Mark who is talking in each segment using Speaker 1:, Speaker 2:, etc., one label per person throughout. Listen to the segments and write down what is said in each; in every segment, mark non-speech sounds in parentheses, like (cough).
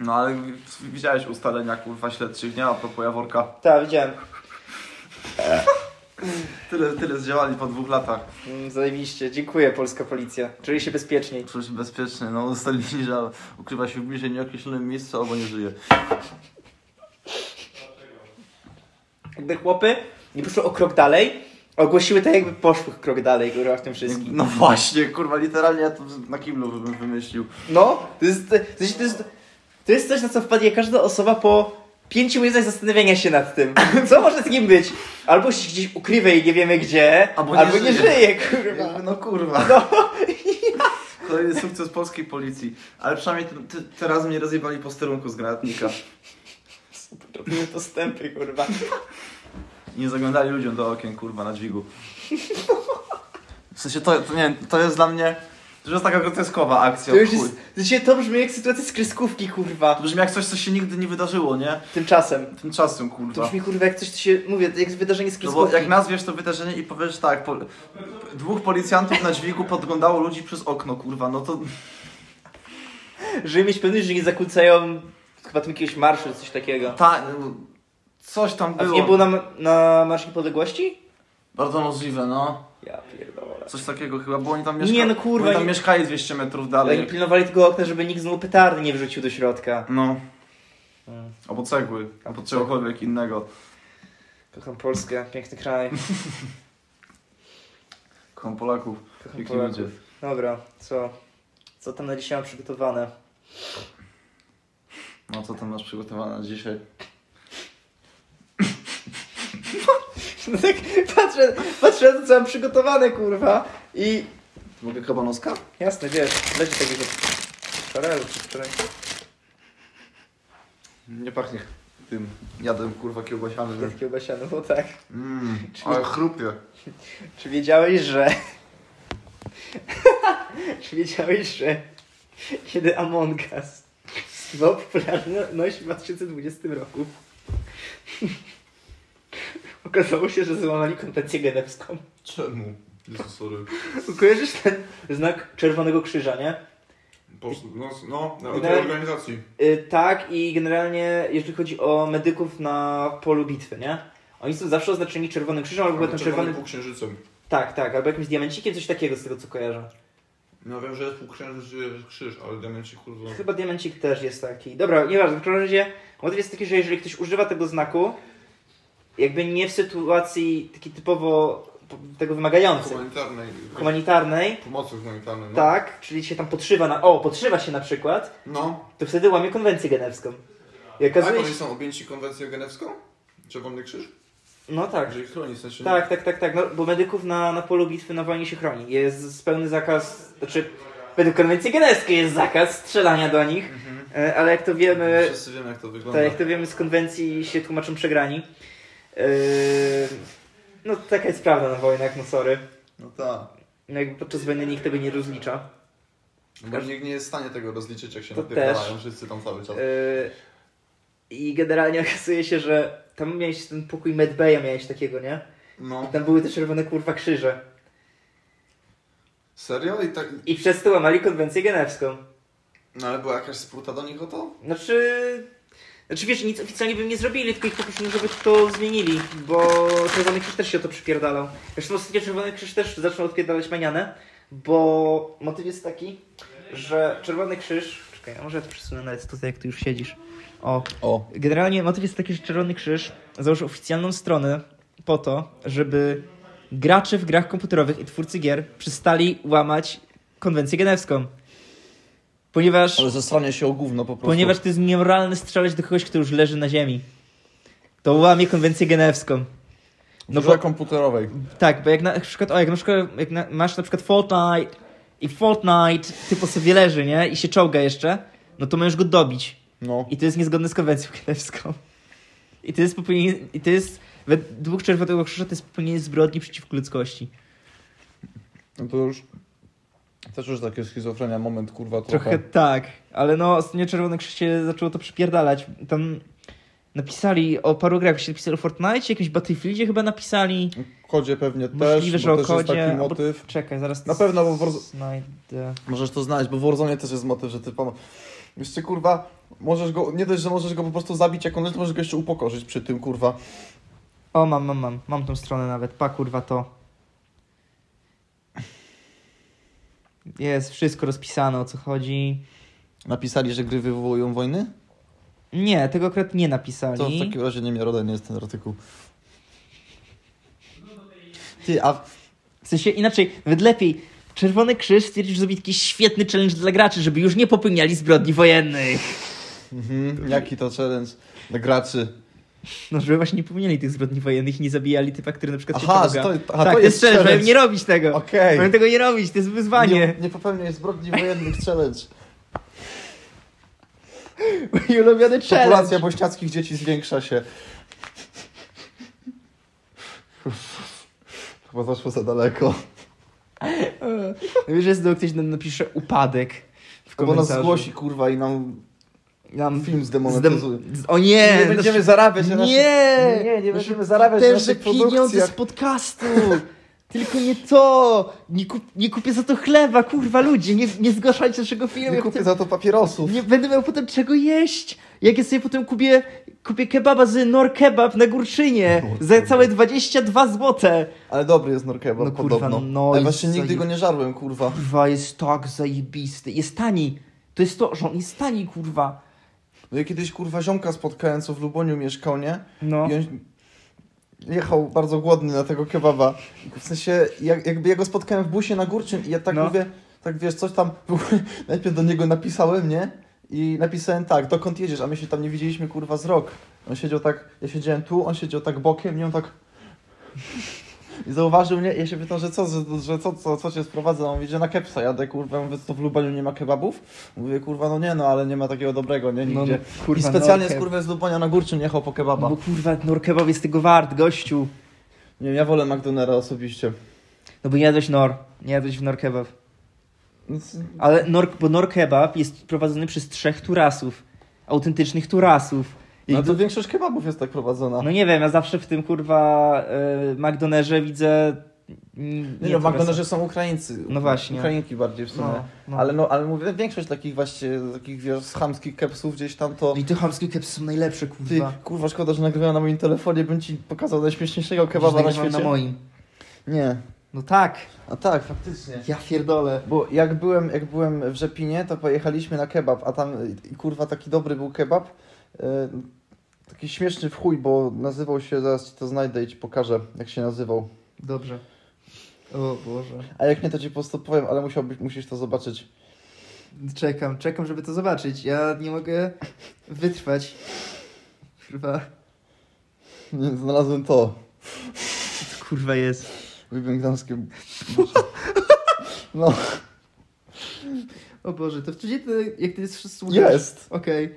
Speaker 1: No ale w- widziałeś ustalenia kurwa śledczych, nie? A propos Jaworka.
Speaker 2: Tak, widziałem.
Speaker 1: Tyle, tyle zdziałali po dwóch latach.
Speaker 2: Mm, Zajebiście, dziękuję polska policja. Czuję się bezpieczniej.
Speaker 1: Czuć bezpiecznie, no ustalili, że ukrywa się w bliżej nieokreślonym miejscu albo nie żyje.
Speaker 2: Jakby chłopy nie poszły o krok dalej, ogłosiły tak jakby poszły krok dalej, kurwa, w tym wszystkim.
Speaker 1: No właśnie, kurwa, literalnie ja to na Kimlu bym wymyślił.
Speaker 2: No, to jest, to jest, to jest, to jest coś, na co wpadnie każda osoba po pięciu minutach zastanowienia się nad tym. Co może takim być? Albo się gdzieś ukrywa i nie wiemy gdzie,
Speaker 1: Albo
Speaker 2: albo
Speaker 1: nie
Speaker 2: nie, żyje.
Speaker 1: żyje.
Speaker 2: kurwa.
Speaker 1: No kurwa. (laughs) Kolejny sukces polskiej policji. Ale przynajmniej ten, te, teraz mnie rozjebali posterunku z granatnika.
Speaker 2: Robimy postępy, kurwa.
Speaker 1: Nie zaglądali ludziom do okien, kurwa, na dźwigu. W sensie to, to nie wiem, to jest dla mnie... To jest taka groteskowa akcja.
Speaker 2: To już
Speaker 1: w chuj.
Speaker 2: jest, znaczy, to brzmi jak sytuacja z kreskówki,
Speaker 1: To
Speaker 2: kurwa.
Speaker 1: brzmi jak coś, co się nigdy nie wydarzyło, nie?
Speaker 2: Tymczasem.
Speaker 1: Tymczasem,
Speaker 2: To
Speaker 1: kurwa.
Speaker 2: brzmi, kurwa, jak coś, co się, mówię, jak wydarzenie z
Speaker 1: No bo
Speaker 2: kreskówki.
Speaker 1: jak nazwiesz to wydarzenie i powiesz tak, po, p- dwóch policjantów na dźwigu podglądało ludzi przez okno, kurwa, no to...
Speaker 2: Żeby mieć pewność, że nie zakłócają chyba tam jakiegoś marszu, coś takiego.
Speaker 1: Ta, coś tam
Speaker 2: A
Speaker 1: było.
Speaker 2: nie było na, na Marsz Niepodległości?
Speaker 1: Bardzo możliwe, no.
Speaker 2: Ja pierdolę.
Speaker 1: Coś takiego chyba, bo oni tam
Speaker 2: Nie,
Speaker 1: mieszkali.
Speaker 2: no kurwa,
Speaker 1: Oni tam
Speaker 2: nie-
Speaker 1: mieszkali 200 metrów
Speaker 2: Ale oni
Speaker 1: dalej.
Speaker 2: pilnowali tego okna, żeby nikt znowu petardy nie wrzucił do środka.
Speaker 1: No,
Speaker 2: Mm.
Speaker 1: albo cegły, albo czegokolwiek innego.
Speaker 2: Kocham Polskę, piękny kraj.
Speaker 1: Kocham Polaków,
Speaker 2: Kocham
Speaker 1: piękni
Speaker 2: Polaków.
Speaker 1: ludzie.
Speaker 2: Dobra, co? Co tam na dzisiaj mam przygotowane? (laughs)
Speaker 1: No co tam masz przygotowane dzisiaj?
Speaker 2: No tak patrzę, patrzę na to, co mam przygotowane, kurwa. I
Speaker 1: Mogę kabanoska?
Speaker 2: jasne, wiesz, leci tak już od wczoraj albo przedwczoraj.
Speaker 1: Nie pachnie tym jadem, kurwa,
Speaker 2: (laughs)
Speaker 1: kiełbasianym.
Speaker 2: Jest kiełbasiany, bo tak.
Speaker 1: Mmm,
Speaker 2: Czyli-
Speaker 1: ale chrupie.
Speaker 2: Czy wiedziałeś, że... (laughs) Czy wiedziałeś, że... Kiedy Among Us zyskiwał popularność w 2020 roku, (laughs) okazało się, że złamali konwencję genewską.
Speaker 1: Czemu? Jezu, sorry.
Speaker 2: Kojarzysz ten znak Czerwonego Krzyża, nie?
Speaker 1: No, no,
Speaker 2: o tej
Speaker 1: organizacji.
Speaker 2: Y, tak i generalnie, jeżeli chodzi o medyków na polu bitwy, nie? Oni są zawsze oznaczeni Czerwonym Krzyżem albo ten czerwony...
Speaker 1: półksiężycem.
Speaker 2: Tak, tak, albo jakimś diamencikiem, coś takiego z tego co kojarzę.
Speaker 1: No wiem, że jest półksiężyc, ale diamenci, kurwa...
Speaker 2: Hmm. Chyba diamencik też jest taki. Dobra, nieważne, w każdym razie motyw jest taki, że jeżeli ktoś używa tego znaku, jakby nie w sytuacji takiej typowo tego wymagającej,
Speaker 3: Humanitarnej.
Speaker 2: humanitarnej,
Speaker 3: Pomocy humanitarnej. No.
Speaker 2: tak, czyli się tam podszywa na... O, podszywa się na przykład,
Speaker 3: No.
Speaker 2: to wtedy łamie konwencję genewską. I
Speaker 3: Tak,
Speaker 2: okazuje
Speaker 3: oni
Speaker 2: się...
Speaker 3: są objęci konwencją genewską? Czerwony Krzyż?
Speaker 2: No tak,
Speaker 3: Że ich chroni, w sensie...
Speaker 2: Tak, tak, tak, tak. No, bo medyków na, na polu bitwy na wojnie się chroni. Jest pełny zakaz, znaczy według konwencji genewskiej jest zakaz strzelania do nich,
Speaker 3: Mhm.
Speaker 2: e, ale jak to wiemy,
Speaker 3: Wszyscy wiemy jak to wygląda.
Speaker 2: to jak to wiemy z konwencji się tłumaczą przegrani. Yy, no taka jest prawda na wojnach, no sorry.
Speaker 3: No tak.
Speaker 2: No, jakby podczas wojny nikt tego nie rozlicza.
Speaker 3: No Bo nikt nie jest w stanie tego rozliczyć, jak się
Speaker 2: To
Speaker 3: napierdalają
Speaker 2: też.
Speaker 3: wszyscy tam cały czas.
Speaker 2: Yy, I generalnie (laughs) okazuje się, że tam miałeś ten pokój medbaya miałeś takiego, nie? I
Speaker 3: No.
Speaker 2: tam były te czerwone kurwa krzyże.
Speaker 3: Serio? I tak...
Speaker 2: I przez to łamali konwencję genewską.
Speaker 3: No ale była jakaś spruta do nich o to?
Speaker 2: Znaczy. Znaczy wiesz, nic oficjalnie bym nie zrobili, tylko ich poprosili, żeby to zmienili, bo Czerwony Krzyż też się o to przypierdalał. Zresztą ostatnio Czerwony Krzyż też zaczął odpierdalać manianę, bo motyw jest taki, że Czerwony Krzyż... Czekaj, a może ja to przesunę nawet tutaj, jak ty już siedzisz. O.
Speaker 3: O.
Speaker 2: Generalnie motyw jest taki, że Czerwony Krzyż założył oficjalną stronę po to, żeby gracze w grach komputerowych i twórcy gier przestali łamać konwencję genewską. Ponieważ...
Speaker 1: zastranie się o gówno po prostu.
Speaker 2: Ponieważ to jest niemoralne strzelać do kogoś, kto już leży na ziemi. To łamie konwencję genewską. No bo,
Speaker 1: komputerowej.
Speaker 2: tak, bo jak na przykład, o, jak na przykład jak na, masz na przykład Fortnite i w Fortnite typ sobie leży, nie? I się czołga jeszcze, no to możesz go dobić.
Speaker 1: No.
Speaker 2: I to jest niezgodne z konwencją genewską. I to jest popełnienie, i to jest, według Czerwonego Krzyża to jest popełnienie zbrodni przeciwko ludzkości.
Speaker 1: No to już... Też już takie schizofrenia, moment, kurwa,
Speaker 2: Trochę tak, ale no ostatnio Czerwony Krzyż się zaczęło to przypierdalać. Tam napisali o paru grach, się napisali o Fortnite, jakimś Battlefieldzie chyba napisali.
Speaker 4: kodzie pewnie No też,
Speaker 2: Możliwe, że
Speaker 4: bo
Speaker 2: o
Speaker 4: też
Speaker 2: kodzie,
Speaker 4: jest taki
Speaker 2: albo-
Speaker 4: motyw.
Speaker 2: Czekaj, zaraz
Speaker 4: Na pewno, bo w Warz-
Speaker 2: znajdę.
Speaker 4: Możesz to znaleźć, bo w Warzone też jest motyw, że ty pom... Wiesz co, kurwa,
Speaker 3: Możesz go, nie dość, że możesz go po prostu zabić jak on leży, to możesz go jeszcze upokorzyć przy tym, kurwa.
Speaker 2: O, mam, mam, mam. Mam tą stronę nawet. Pa, kurwa, to. Jest wszystko rozpisane, o co chodzi.
Speaker 3: Napisali, że gry wywołują wojny?
Speaker 2: Nie, tego akurat nie napisali.
Speaker 3: To w takim razie niemiarodajny jest ten artykuł. Ty, a
Speaker 2: W sensie inaczej, nawet lepiej. Czerwony Krzyż stwierdził, że zrobi taki świetny challenge dla graczy, żeby już nie popełniali zbrodni wojennych.
Speaker 3: mhm, jaki to challenge dla graczy?
Speaker 2: No, żeby właśnie nie popełniali tych zbrodni wojennych i nie zabijali typa, który na przykład
Speaker 3: Aha,
Speaker 2: się czołga.
Speaker 3: to- aha,
Speaker 2: tak,
Speaker 3: to
Speaker 2: to
Speaker 3: jest
Speaker 2: jest challenge,
Speaker 3: challenge.
Speaker 2: mają nie robić tego.
Speaker 3: Okej.
Speaker 2: Mają tego nie robić, to jest wyzwanie.
Speaker 3: Nie, nie popełniaj zbrodni wojennych challenge.
Speaker 2: Mój ulubiony challenge.
Speaker 3: Populacja bośniackich dzieci zwiększa się. Chyba zaszło za daleko.
Speaker 2: No Wiesz, że znowu ktoś nam napisze upadek w
Speaker 3: Bo nas
Speaker 2: komentarzu.
Speaker 3: zgłosi, kurwa, i nam
Speaker 2: Nam
Speaker 3: film zdemonetyzuje.
Speaker 2: zdem- z- O nie! no
Speaker 3: Nie będziemy zarabiać na
Speaker 2: Nie!
Speaker 3: naszych-
Speaker 2: Nie,
Speaker 3: No Nie, nie będziemy zarabiać na
Speaker 2: Też, że
Speaker 3: naszych
Speaker 2: pieniądze
Speaker 3: produkcjach.
Speaker 2: z podcastu! Tylko nie to! Nie, kup, nie kupię za to chleba, kurwa ludzie! Nie, nie zgłaszajcie naszego filmu!
Speaker 3: Nie
Speaker 2: ja
Speaker 3: kupię
Speaker 2: potem-
Speaker 3: za to papierosów.
Speaker 2: nie będę miał potem czego jeść! Jak ja sobie potem kupię, kupię kebaba z Nor Kebab na Górczynie
Speaker 3: No,
Speaker 2: za całe 22 złote!
Speaker 3: Ale dobry jest norkebab
Speaker 2: No kurwa,
Speaker 3: podobno.
Speaker 2: no
Speaker 3: Ale
Speaker 2: i
Speaker 3: właśnie
Speaker 2: zaje-
Speaker 3: nigdy go nie żarłem, kurwa.
Speaker 2: Kurwa, jest tak zajebisty. Jest tani. To jest to, że on jest tani, kurwa.
Speaker 3: No ja kiedyś, kurwa, ziomka spotkałem, co w Luboniu mieszkał, nie?
Speaker 2: No.
Speaker 3: I on jechał bardzo głodny na tego kebaba. W sensie, jak, jakby ja go spotkałem w busie na Górczym i ja tak
Speaker 2: No.
Speaker 3: mówię, tak wiesz, coś tam, w ogóle (laughs) najpierw do niego napisałem, nie? I napisałem tak, dokąd jedziesz, a my się tam nie widzieliśmy, kurwa, z rok. On siedział tak, ja siedziałem tu, on siedział tak bokiem, nie, on tak... I zauważył mnie, ja się pytam, że co, że, że co, co, co cię sprowadza? On mówi, że na kepsa jadę, kurwa, Ja mówię, co w Lubaniu nie ma kebabów? Mówię, kurwa, no nie, no, ale nie ma takiego dobrego, nie,
Speaker 2: No,
Speaker 3: nigdzie.
Speaker 2: no, kurwa,
Speaker 3: I specjalnie
Speaker 2: no,
Speaker 3: z
Speaker 2: keb-
Speaker 3: kurwa z Lubonia na Górczym jechał po kebaba.
Speaker 2: No bo kurwa, Nor Kebab jest tego wart, gościu.
Speaker 3: Nie wiem, ja wolę McDonera osobiście.
Speaker 2: No bo nie jadłeś Nor. Nie jadłeś w Nor Kebab.
Speaker 3: Więc
Speaker 2: Ale Nor, bo Nor Kebab jest prowadzony przez trzech turasów. Autentycznych turasów. I
Speaker 3: no to większość kebabów jest tak prowadzona.
Speaker 2: No nie wiem, ja zawsze w tym kurwa y, McDonerze widzę... mm,
Speaker 3: nie, no, w
Speaker 2: turasa.
Speaker 3: McDonerze są Ukraińcy.
Speaker 2: No właśnie.
Speaker 3: Ukrainki bardziej w sumie.
Speaker 2: No, no.
Speaker 3: Ale no, ale mówię, większość takich właśnie, takich wiesz, chamskich kepsów gdzieś tam to...
Speaker 2: No I te hamskie kebsy są najlepsze,
Speaker 3: Ty,
Speaker 2: kurwa.
Speaker 3: kurwa, szkoda, że nagrywają na moim telefonie, bym ci pokazał najśmieszniejszego kebaba
Speaker 2: Będziesz
Speaker 3: na
Speaker 2: nagrywał
Speaker 3: świecie.
Speaker 2: na moim.
Speaker 3: Nie.
Speaker 2: No tak.
Speaker 3: A tak, faktycznie.
Speaker 2: Ja pierdolę.
Speaker 3: Bo jak byłem, jak byłem w Rzepinie, to pojechaliśmy na kebab, a tam i- i kurwa taki dobry był kebab. e, Taki śmieszny w chuj, bo nazywał się, zaraz ci to znajdę i ci pokażę, jak się nazywał.
Speaker 2: Dobrze. O Boże.
Speaker 3: A jak nie, to ci po prostu powiem, ale musiałbyś, musisz to zobaczyć. (laughs)
Speaker 2: Czekam, czekam, żeby to zobaczyć. Ja nie mogę wytrwać. Kurwa.
Speaker 3: Nie, Znalazłem to.
Speaker 2: Co to kurwa jest?
Speaker 3: Lubię gdańskie... No,
Speaker 2: O Boże, to wcześniej to, jak ty jest słuchasz...
Speaker 3: jest.
Speaker 2: Okej.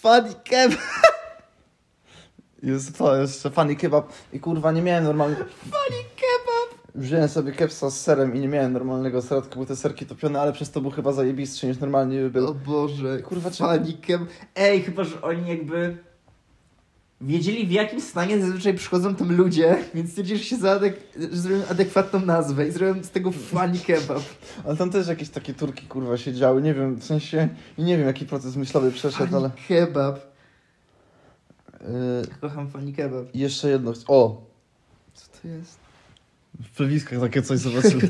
Speaker 2: Funny
Speaker 3: (laughs)
Speaker 2: kebab.
Speaker 3: Jest to, jeszcze funny kebab. I kurwa, nie miałem normalnie...
Speaker 2: Funny kebab.
Speaker 3: Wziąłem sobie kepsa z serem i nie miałem normalnego sera, tylko były te serki topione, ale przez to był chyba zajebistszy niż normalnie by
Speaker 2: O
Speaker 3: był.
Speaker 2: Boże.
Speaker 3: Kurwa, czy-
Speaker 2: Funny kebab. Ej, chyba, że oni jakby... Wiedzieli w jakim stanie zazwyczaj przychodzą tam ludzie, więc stwierdzili, że się zaadek... że zrobią adekwatną nazwę i zrobią z tego funny (laughs) kebab.
Speaker 3: Ale tam też jakieś takie turki kurwa siedziały, nie wiem, w sensie i nie wiem jaki proces myślowy przeszedł,
Speaker 2: Funny
Speaker 3: ale
Speaker 2: kebab.
Speaker 3: y,
Speaker 2: Kocham funny kebab.
Speaker 3: jeszcze jedno, chci- o,
Speaker 2: Co to jest?
Speaker 3: w plewiskach takie coś
Speaker 2: (laughs)
Speaker 3: zobaczyłem.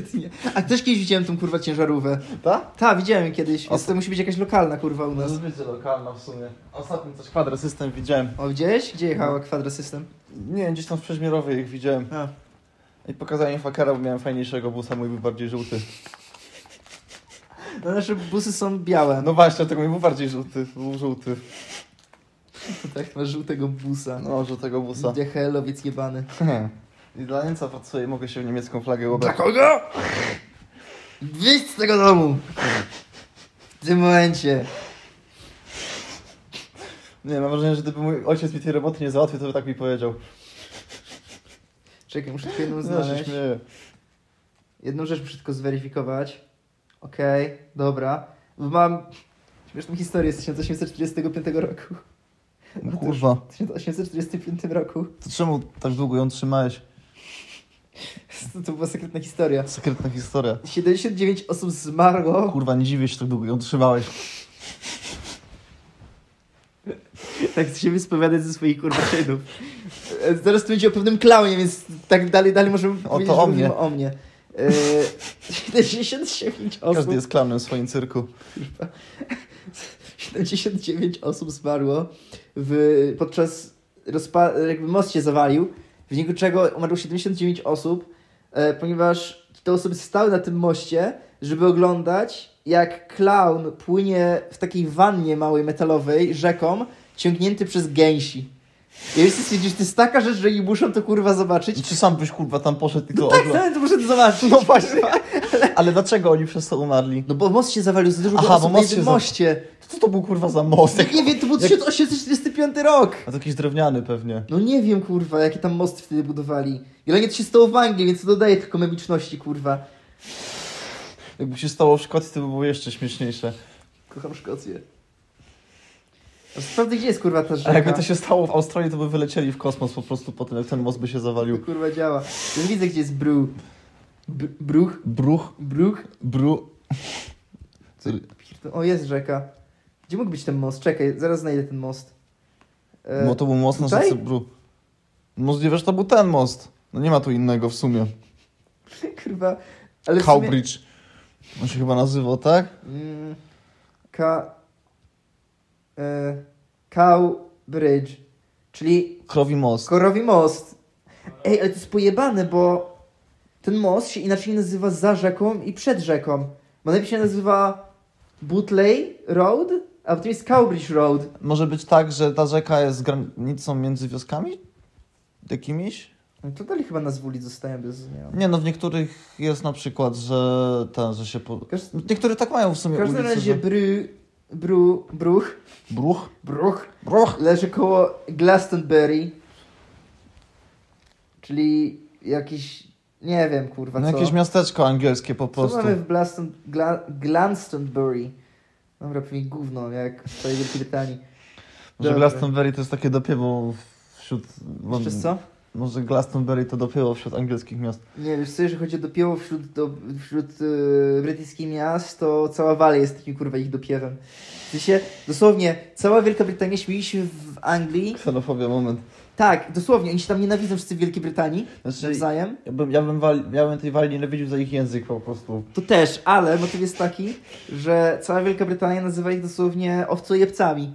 Speaker 2: A też kiedyś widziałem tą kurwa ciężarówkę.
Speaker 3: Ta?
Speaker 2: Ta, widziałem ją kiedyś, więc
Speaker 3: O.
Speaker 2: to musi być jakaś lokalna kurwa u
Speaker 3: No
Speaker 2: nas.
Speaker 3: zbycie lokalna w sumie. Ostatnio coś kwadrat system widziałem.
Speaker 2: O, widziałeś? Gdzie jechała Quadra System?
Speaker 3: Nie wiem, gdzieś tam w Przeźmierowie ich widziałem.
Speaker 2: No. A.
Speaker 3: I pokazałem im fakera, bo miałem fajniejszego busa, mój był bardziej żółty.
Speaker 2: No nasze busy są białe. No
Speaker 3: No właśnie, tego mój był bardziej żółty, był żółty.
Speaker 2: tak, masz żółtego busa.
Speaker 3: No, żółtego busa. (laughs)
Speaker 2: Dechelowiec jebany.
Speaker 3: I dla Niemca pracuję i mogę się w niemiecką flagę ubrać.
Speaker 2: kogo? Wyjdź z tego domu! W tym momencie.
Speaker 3: Nie, mam wrażenie, że gdyby mój ojciec mi tej roboty nie załatwił, to by tak mi powiedział.
Speaker 2: Czekaj, muszę tylko jedną
Speaker 3: No, się
Speaker 2: znaleźć.
Speaker 3: śmieję.
Speaker 2: Jedną rzecz muszę tylko zweryfikować. Okej, dobra. Mam śmieszną historię z 1845 roku.
Speaker 3: No, kurwa.
Speaker 2: W 1845 roku. (laughs)
Speaker 3: To czemu tak długo ją trzymałeś?
Speaker 2: To, to była sekretna historia.
Speaker 3: Sekretna historia.
Speaker 2: 79 osób zmarło
Speaker 3: Kurwa, nie dziwię się, tak długo ją trzymałeś.
Speaker 2: Tak chce się wyspowiadać ze swoich kurwa czynów. E, Zaraz to będzie o pewnym klaunie, więc tak dalej, dalej możemy
Speaker 4: to
Speaker 2: powiedzieć, że
Speaker 4: o
Speaker 2: mówimy
Speaker 4: mnie.
Speaker 2: o mnie. E, (laughs)
Speaker 3: No
Speaker 2: 79 osób.
Speaker 4: Każdy jest klaunem w swoim cyrku.
Speaker 2: 79 osób zmarło w, podczas rozpa- jakby most się zawalił, w wyniku czego umarło 79 osób, e, ponieważ te osoby stały na tym moście, żeby oglądać jak klaun płynie w takiej wannie małej metalowej rzeką, ciągnięty przez gęsi. I wiesz, stwierdzisz, to jest taka rzecz, że i muszą to kurwa zobaczyć.
Speaker 4: I czy sam byś kurwa tam poszedł i to
Speaker 2: No tak,
Speaker 4: oglądał?
Speaker 2: tak, to muszę to zobaczyć.
Speaker 4: No właśnie. Ale dlaczego oni przez to umarli?
Speaker 2: No bo most się zawalił, za dużo
Speaker 4: Aha,
Speaker 2: osób
Speaker 4: bo
Speaker 2: na
Speaker 4: most
Speaker 2: jednym
Speaker 4: się za-
Speaker 2: moście.
Speaker 4: Co to był kurwa za most?
Speaker 2: Nikt nie wie,
Speaker 4: (laughs)
Speaker 2: to był 1845 rok.
Speaker 4: A to jakiś drewniany pewnie.
Speaker 2: No nie wiem, kurwa, jakie tam mosty wtedy budowali. Jelenie to się stało w Anglii, więc to dodaje tylko memiczności, kurwa.
Speaker 4: Jakby się stało w Szkocji, to by było jeszcze śmieszniejsze.
Speaker 2: Kocham Szkocję. A sprawdzę, gdzie jest, kurwa, ta rzeka.
Speaker 4: A jakby to się stało w Australii, to by wylecieli w kosmos po prostu po tym, jak ten most by się
Speaker 2: To,
Speaker 4: zawalił.
Speaker 2: kurwa, działa. Ja widzę, gdzie jest Bru. Br- Bruch?
Speaker 4: Bruch,
Speaker 2: Bruch?
Speaker 4: bru...
Speaker 2: Pierdol- O, jest rzeka. Gdzie mógł być ten most? Czekaj, zaraz znajdę ten most. E,
Speaker 4: No to był most na
Speaker 2: tutaj?
Speaker 4: rzece Bru. Możliwe, że to był ten most. No nie ma tu innego w sumie.
Speaker 2: (laughs) Kurwa, ale w sumie...
Speaker 4: Cowbridge. On się chyba nazywał, tak?
Speaker 2: Mm, Ka... E, Cowbridge. Czyli
Speaker 4: Krowi most.
Speaker 2: Korowi most. Ej, ale to jest pojebane, bo ten most się inaczej nazywa za rzeką i przed rzeką. Bo najpierw się nazywa Bootley Road, a potem jest Cowbridge Road.
Speaker 4: Może być tak, że ta rzeka jest granicą między wioskami? Jakimiś?
Speaker 2: No To dalej chyba nazwy ulic zostają bez zmian.
Speaker 4: Nie, no w niektórych jest na przykład, że ten, że się po...
Speaker 2: Każ-
Speaker 4: Niektóre tak mają w sumie
Speaker 2: W każdym
Speaker 4: ulicy,
Speaker 2: razie
Speaker 1: no.
Speaker 4: że...
Speaker 2: bry, bru, bruch,
Speaker 4: Bruch?
Speaker 2: bruch
Speaker 4: Bruch!
Speaker 2: leży koło Glastonbury, czyli jakiś, nie wiem kurwa
Speaker 4: No
Speaker 2: co.
Speaker 4: jakieś miasteczko angielskie po
Speaker 2: Co
Speaker 4: prostu.
Speaker 2: mamy w Blaston, Gla, Glanstonbury? Dobra, pewnie gówno, jak w całej Wielkiej Brytanii.
Speaker 4: Może
Speaker 2: Dobra.
Speaker 4: Glastonbury to jest takie dopiewo wśród...
Speaker 2: Wiesz co?
Speaker 4: Może Glastonbury to dopiewo wśród angielskich miast.
Speaker 2: Nie, wiesz co, jeżeli chodzi o dopiewo wśród, do, wśród e, brytyjskich miast, to cała Walia jest takim kurwa ich dopiewem. W sensie, dosłownie, cała Wielka Brytania śmieli się w Anglii.
Speaker 4: Ksenofobia, moment.
Speaker 2: Tak, dosłownie, oni się tam nienawidzą wszyscy w Wielkiej Brytanii,
Speaker 4: Znaczy,
Speaker 2: nawzajem.
Speaker 4: ja bym, ja bym, wal, ja bym tej wali nienawidził za ich język po prostu.
Speaker 2: To też, ale motyw jest taki, że cała Wielka Brytania nazywa ich dosłownie owcojebcami.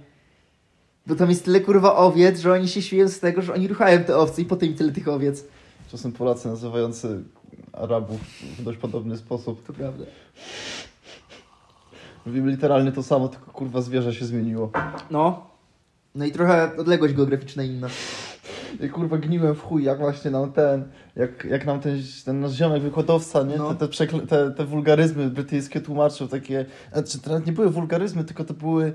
Speaker 2: Bo tam jest tyle kurwa owiec, że oni się śmieją z tego, że oni ruchają te owce i potem im tyle tych owiec.
Speaker 4: Czasem Polacy nazywający Arabów w dość podobny sposób.
Speaker 2: To prawda.
Speaker 4: Mówimy literalnie to samo, tylko kurwa zwierzę się zmieniło.
Speaker 2: No. No i trochę odległość geograficzna inna.
Speaker 4: Ja kurwa gniłem w chuj, jak właśnie nam ten, jak, jak nam ten, ten nasz ziomek wykładowca, nie?
Speaker 2: No.
Speaker 4: Te, te, przekle, te, te wulgaryzmy brytyjskie tłumaczył, takie, znaczy to nawet nie były wulgaryzmy, tylko to były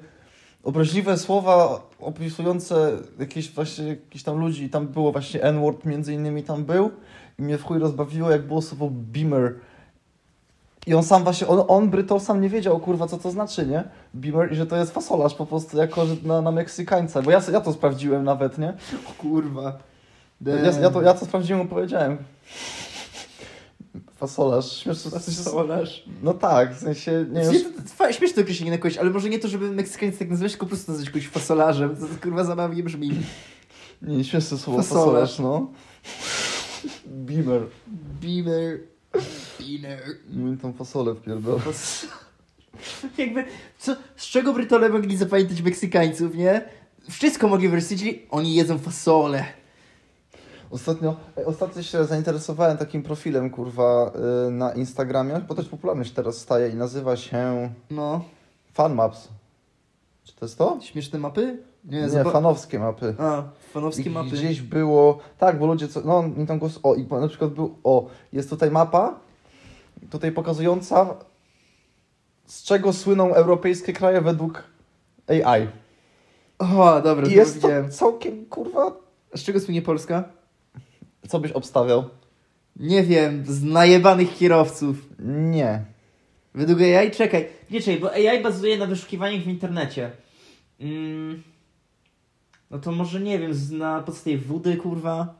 Speaker 4: obraźliwe słowa opisujące jakieś właśnie, jakichś tam ludzi i tam było właśnie N-word między innymi tam był i mnie w chuj rozbawiło, jak było słowo beamer. I on sam właśnie, on, on Brytą sam nie wiedział, kurwa, co to znaczy, nie? Beamer i że to jest fasolarz po prostu, jako że na, na Meksykańca, bo ja, ja to sprawdziłem nawet, nie?
Speaker 2: O kurwa.
Speaker 4: Ja, ja, to, ja to sprawdziłem, mu powiedziałem. Fasolarz. Śmieszne. w sensie- No tak, w sensie. Nie
Speaker 2: Nie,
Speaker 4: już...
Speaker 2: to, to, to, śmieszne określenie na kogoś, ale może nie to, żeby Meksykaniec tak nazywać, tylko po prostu nazywać kogoś fasolarzem. To, to kurwa zabawnie brzmi.
Speaker 4: Nie, śmieszne słowo
Speaker 2: Fasolarz.
Speaker 4: fasolarz, no. Beamer.
Speaker 2: Beamer. Beamer.
Speaker 4: Mówię tą fasolę wpierdolę.
Speaker 2: Pos- Jakby, co, z czego Brytole mogli zapamiętać Meksykańców, nie? Wszystko mogli wyrzucić, czyli oni jedzą fasole.
Speaker 4: Ostatnio, ej, ostatnio się zainteresowałem takim profilem, kurwa, y, na Instagramie, bo też popularny się teraz staje i nazywa się
Speaker 2: No,
Speaker 4: Fanmaps. Czy to jest to?
Speaker 2: śmieszne mapy?
Speaker 4: Nie,
Speaker 2: zoba-
Speaker 4: fanowskie mapy.
Speaker 2: A,
Speaker 4: I
Speaker 2: fanowskie mapy.
Speaker 4: Gdzieś było. Tak, bo ludzie. Co, no, mi tam głos. O, i na przykład był. O, jest tutaj mapa, tutaj pokazująca, z czego słyną europejskie kraje według AI.
Speaker 2: O, dobra,
Speaker 4: I
Speaker 2: to
Speaker 4: jest to
Speaker 2: widziałem.
Speaker 4: całkiem kurwa.
Speaker 2: A Z czego słynie Polska?
Speaker 4: Co byś obstawiał?
Speaker 2: Nie wiem, z najebanych kierowców.
Speaker 4: Nie.
Speaker 2: Według AI, czekaj. Nie czekaj, bo AI bazuje na wyszukiwaniach w internecie. Mm. No to może, nie wiem, z- na podstawie wody, kurwa,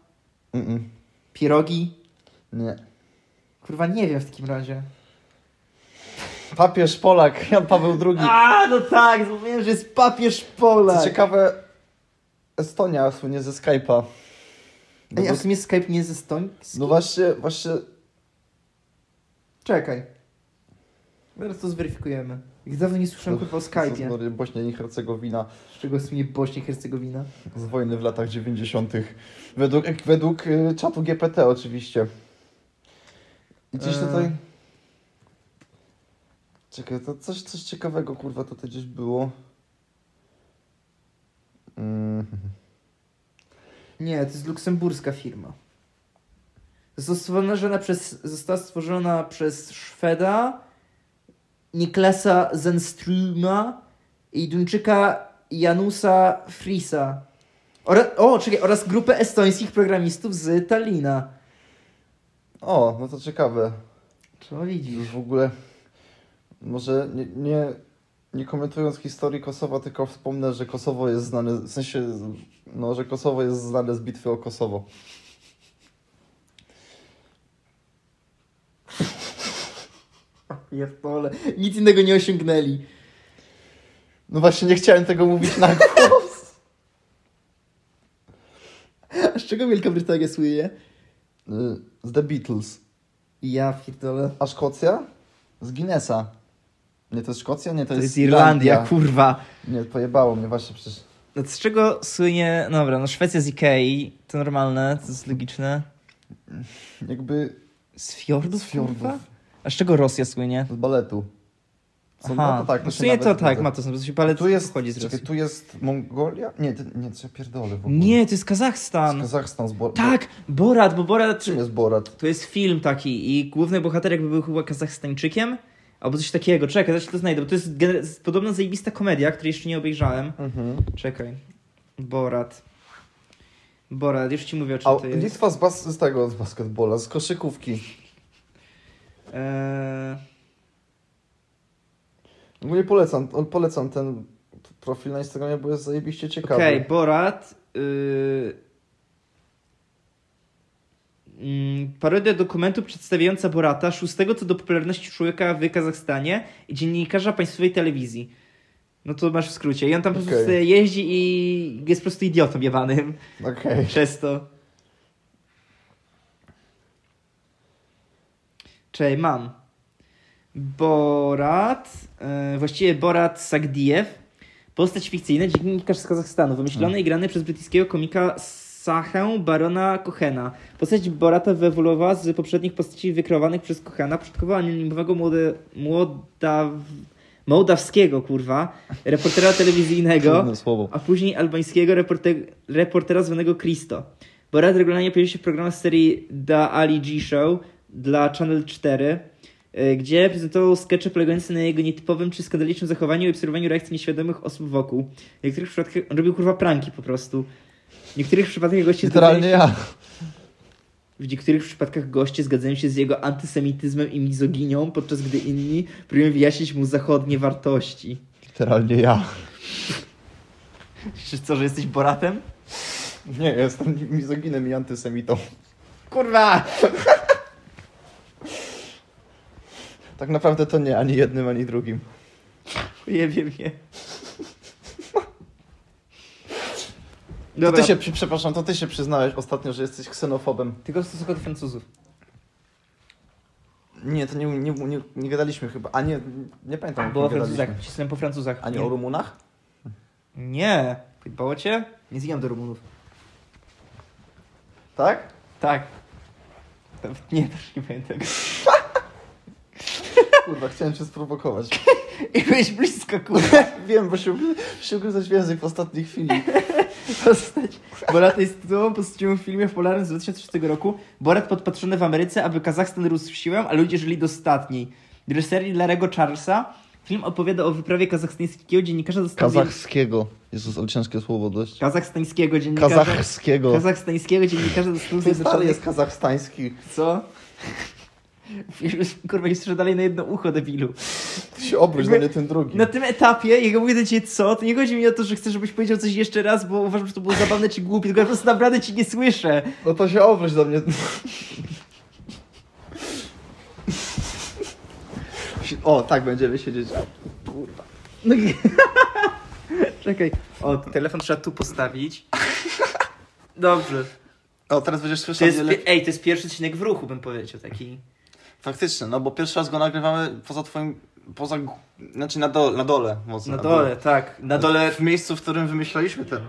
Speaker 4: Mm-mm.
Speaker 2: pierogi.
Speaker 4: Nie.
Speaker 2: Kurwa, nie wiem w takim razie.
Speaker 4: Papież Polak, (laughs) Jan Paweł II.
Speaker 2: A, no tak, zapomniałem, że jest papież Polak.
Speaker 4: Co ciekawe, Estonia słynie ze Skype'a. No,
Speaker 2: Ej, a
Speaker 4: bo-
Speaker 2: w sumie Skype nie jest estoński?
Speaker 4: no właśnie, właśnie,
Speaker 2: Czekaj. Zaraz to zweryfikujemy. Jak dawno nie
Speaker 4: No,
Speaker 2: słyszałem kurwa o
Speaker 4: Jezus
Speaker 2: Skype'ie.
Speaker 4: Maria, Bośnia i Hercegowina
Speaker 2: Z czego słynie Bośnia i Hercegowina.
Speaker 4: z wojny w latach 90. Według, według y, czatu GPT oczywiście. I gdzieś
Speaker 2: E.
Speaker 4: tutaj... Czekaj, to coś, coś ciekawego kurwa tutaj gdzieś było. Mm.
Speaker 2: Nie, to jest luksemburska firma. Została, przez, została stworzona przez Szweda, Niklasa Zenströma i Duńczyka Janusa Frisa. Ora, o, czekaj, oraz grupę estońskich programistów z Tallina.
Speaker 4: O, no to ciekawe.
Speaker 2: Co widzisz?
Speaker 4: Już w ogóle może nie, nie, nie komentując historii Kosowa, tylko wspomnę, że Kosowo jest znane, w sensie, no, że Kosowo jest znane z bitwy o Kosowo.
Speaker 2: Ja w pole. Nic innego nie osiągnęli.
Speaker 4: No właśnie nie chciałem tego mówić na głos.
Speaker 2: A z czego Wielka Brytania słynie?
Speaker 4: Y, Z The Beatles.
Speaker 2: Ja pierdolę.
Speaker 4: A Szkocja? Z Guinnessa. Nie, to jest Szkocja? Nie, to,
Speaker 2: To jest Irlandia, kurwa.
Speaker 4: Nie, pojebało mnie właśnie przecież.
Speaker 2: No z czego słynie... Dobra, no Szwecja z Ikei, to normalne, to jest logiczne.
Speaker 4: Jakby
Speaker 2: Z fiordów,
Speaker 4: Z fiordów.
Speaker 2: kurwa? A z czego Rosja słynie?
Speaker 4: z baletu. Są-
Speaker 2: Aha,
Speaker 4: no to tak,
Speaker 2: no
Speaker 4: to
Speaker 2: w
Speaker 4: się
Speaker 2: sumie
Speaker 4: nawet
Speaker 2: to tak,
Speaker 4: zgadza.
Speaker 2: ma to sens, bo to się palet
Speaker 4: Tu jest,
Speaker 2: pochodzi z
Speaker 4: czekaj,
Speaker 2: Rosji.
Speaker 4: tu jest Mongolia? Nie, ty, nie, to ja pierdolę w ogóle.
Speaker 2: Nie, to jest
Speaker 4: Z
Speaker 2: Kazachstan.
Speaker 4: Kazachstan, z Bor-
Speaker 2: Tak, Borat, bo Borat...
Speaker 4: Czym jest Borat?
Speaker 2: To jest film taki i główny bohater jakby był chyba Kazachstańczykiem albo coś takiego. Czekaj, zaś to znajdę, bo to jest gener- podobno zajebista komedia, której jeszcze nie obejrzałem. Czekaj. Borat. Borat, już ci mówię o czym
Speaker 4: A
Speaker 2: to jest.
Speaker 4: Litwa z, bas- z tego, z basketbola, z koszykówki.
Speaker 2: Eee,
Speaker 4: Ogólnie polecam, o, polecam ten profil na Instagramie, bo jest zajebiście ciekawy.
Speaker 2: Okej, Borat. Yy... Mm, Parodia dokumentu przedstawiająca Borata, szóstego co do popularności człowieka w Kazachstanie i dziennikarza państwowej telewizji. No to masz w skrócie. I on tam po prostu
Speaker 4: Okej.
Speaker 2: sobie jeździ i jest po prostu idiotą jebanym
Speaker 4: Okej.
Speaker 2: przez to. Czej, mam. Borat, e, właściwie Borat Sagdijew, postać fikcyjna, dziennikarz z Kazachstanu, wymyślony i grany przez brytyjskiego komika Sachę Barona Kohena. Postać Borata wyewoluowała z poprzednich postaci wykreowanych przez Kohena, początkowała anonimowego młode, młoda, mołdawskiego, kurwa, reportera
Speaker 4: (laughs)
Speaker 2: telewizyjnego.
Speaker 4: Trudne słowo.
Speaker 2: A później albańskiego reporter, reportera zwanego Christo. Borat regularnie pojawia się w programach z serii The Ali G Show dla Channel 4, y, gdzie prezentował skecze polegające na jego nietypowym czy skandalicznym zachowaniu i obserwowaniu reakcji nieświadomych osób wokół. W niektórych przypadkach on robił kurwa pranki po prostu. W niektórych przypadkach goście
Speaker 4: Literalnie ja.
Speaker 2: w niektórych przypadkach goście zgadzają się z jego antysemityzmem i mizoginią, podczas gdy inni próbują wyjaśnić mu zachodnie wartości.
Speaker 4: Literalnie ja.
Speaker 2: Czy co, że jesteś Boratem?
Speaker 4: Nie, ja jestem mizoginem i antysemitą.
Speaker 2: Kurwa!
Speaker 4: Tak naprawdę to nie, ani jednym, ani drugim.
Speaker 2: Jebie mnie.
Speaker 4: To
Speaker 2: Dobra,
Speaker 4: ty się, przy- przepraszam, to ty się przyznałeś ostatnio, że jesteś ksenofobem.
Speaker 2: tylko w stosunku do Francuzów.
Speaker 4: Nie, to nie, nie, nie, nie gadaliśmy chyba. A nie, nie pamiętam. o
Speaker 2: Bo o
Speaker 4: kim
Speaker 2: Francuzach,
Speaker 4: gadaliśmy.
Speaker 2: cisnę po Francuzach.
Speaker 4: A nie
Speaker 2: nie
Speaker 4: o Rumunach?
Speaker 2: Nie. Pojebało cię? Nie zginam do Rumunów.
Speaker 4: Tak?
Speaker 2: Tak. Nawet Nie, też nie pamiętam.
Speaker 4: Kurwa, chciałem cię sprowokować.
Speaker 2: (laughs) I byłeś blisko, kurwa.
Speaker 4: Wiem, bo się, ugry- się ugryzać w język w
Speaker 2: (laughs)
Speaker 4: ostatniej chwili.
Speaker 2: Postać. Borat jest tytułową postacią w filmie popularnym z 2006 roku. Borat podpatrzony w Ameryce, aby Kazachstan rósł w siłę, a ludzie żyli dostatniej. W reżyserii Larego Charlesa film opowiada o wyprawie kazachstańskiego dziennikarza do Stanów Zjednoczonych.
Speaker 4: Kazachskiego. Jezus, ale ciężkie słowo dość.
Speaker 2: Kazachstańskiego dziennikarza.
Speaker 4: Kazachskiego.
Speaker 2: Kazachstańskiego dziennikarza do Stanów
Speaker 4: Ten No. stary
Speaker 2: Zjednoczonych.
Speaker 4: jest kazachstański.
Speaker 2: Co? Kurwa, nie słyszę dalej na jedno ucho, debilu.
Speaker 4: Ty się obróć,
Speaker 2: Jakby-
Speaker 4: no nie tym drugim.
Speaker 2: Na tym etapie, jego mówię do ciebie co, to nie chodzi mi o to, że chcę, żebyś powiedział coś jeszcze raz, bo uważam, że to było zabawne czy głupie, tylko ja po prostu naprawdę ci nie słyszę.
Speaker 4: No to się obróć do mnie. O, tak będziemy siedzieć.
Speaker 5: No
Speaker 2: (laughs)
Speaker 5: i... Czekaj.
Speaker 2: O, telefon trzeba tu postawić. Dobrze.
Speaker 3: O, teraz będziesz
Speaker 2: To
Speaker 3: słyszał
Speaker 2: jest,
Speaker 3: wiele...
Speaker 2: pi- ej, to jest pierwszy odcinek w ruchu, bym powiedział, taki.
Speaker 3: Faktycznie, no bo pierwszy raz go nagrywamy poza twoim... Poza... g- Znaczy na dole, na dole mocno.
Speaker 2: Na dole, tak. Na dole.
Speaker 3: W miejscu, w którym wymyślaliśmy ten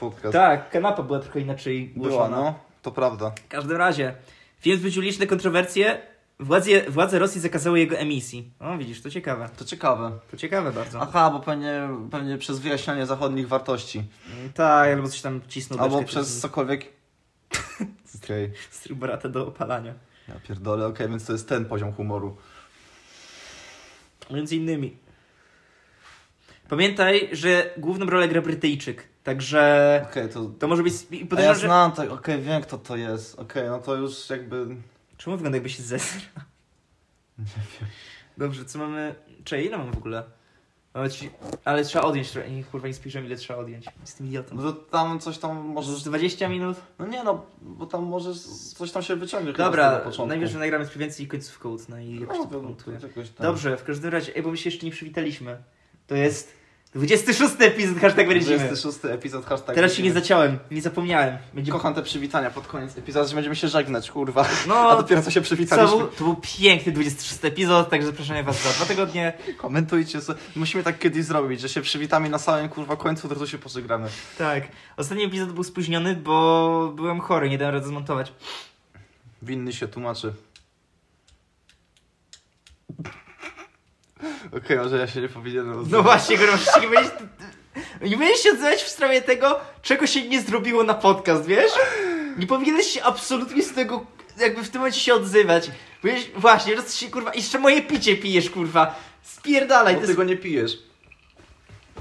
Speaker 3: podcast.
Speaker 2: Tak, kanapa była trochę inaczej
Speaker 3: Była,
Speaker 2: głoszona.
Speaker 3: no. To prawda.
Speaker 2: W każdym razie, więc wyciął liczne kontrowersje. Władze, władze Rosji zakazały jego emisji. O, widzisz, to ciekawe.
Speaker 3: To ciekawe.
Speaker 2: To ciekawe bardzo.
Speaker 3: Aha, bo pewnie, pewnie przez wyjaśnianie zachodnich wartości.
Speaker 2: Mm, Tak, albo coś tam cisnął.
Speaker 3: Albo
Speaker 2: beczkę
Speaker 3: przez cokolwiek... Okej.
Speaker 2: z- Z trubarata do opalania.
Speaker 3: Ja pierdolę, okej, więc to jest ten poziom humoru.
Speaker 2: Między innymi. Pamiętaj, że główną rolę gra Brytyjczyk. Także
Speaker 3: Okej, to...
Speaker 2: to może być. I
Speaker 3: A ja
Speaker 2: podejrzewam, że.
Speaker 3: znam, tak, okej, wiem kto to jest. Okej, no to już jakby...
Speaker 2: Czemu wygląda jakby się zesrał? Nie wiem. Dobrze, co mamy? Czekaj, ile mam w ogóle? Mamy ci... Ale trzeba odjąć trochę. Nie, Kurwa, nie spiszę, ile trzeba odjąć. Jestem idiotą.
Speaker 3: No to tam coś tam
Speaker 2: Może
Speaker 3: możesz...
Speaker 2: już 20 minut?
Speaker 3: No nie no, bo tam możesz... Coś tam się wyciągnie chyba z tego
Speaker 2: Dobra,
Speaker 3: początku.
Speaker 2: najwyżej nagramy z więcej końców kołutna i jakoś
Speaker 3: No,
Speaker 2: to
Speaker 3: to-
Speaker 2: pomontuję.
Speaker 3: to jakoś tam.
Speaker 2: Dobrze, w każdym razie, ej, bo my się jeszcze nie przywitaliśmy. To jest 26 epizod hashtag będziemy.
Speaker 3: 26 epizod hashtag.
Speaker 2: Teraz się nie
Speaker 3: tak, Będziemy.
Speaker 2: zaciąłem, nie zapomniałem. Będzie...
Speaker 3: Kocham te przywitania pod koniec epizodu, że będziemy się żegnać, kurwa.
Speaker 2: (laughs)
Speaker 3: A
Speaker 2: No,
Speaker 3: dopiero co się
Speaker 2: co, był-
Speaker 3: przywitaliśmy.
Speaker 2: to był piękny 26 epizod, także zapraszamy was za dwa tygodnie.
Speaker 3: Komentujcie sobie. Musimy tak kiedyś zrobić, że się przywitamy na samym kurwa końcu, od razu się pożegnamy.
Speaker 2: Tak. Ostatni epizod był spóźniony, bo byłem chory, nie dałem rady zmontować.
Speaker 3: Winny się tłumaczy. Okej, może ja się nie powinienem
Speaker 2: No
Speaker 3: rozwijać.
Speaker 2: właśnie, kurwa, nie będziesz... Nie będziesz się odzywać w sprawie tego, czego się nie zrobiło na podcast, wiesz? Nie powinieneś się absolutnie z tego, jakby w tym momencie się odzywać. Wiesz, właśnie, roz się, kurwa, jeszcze moje picie pijesz, kurwa. Spierdalaj,
Speaker 3: Bo
Speaker 2: to
Speaker 3: ty
Speaker 2: jest...
Speaker 3: go nie pijesz.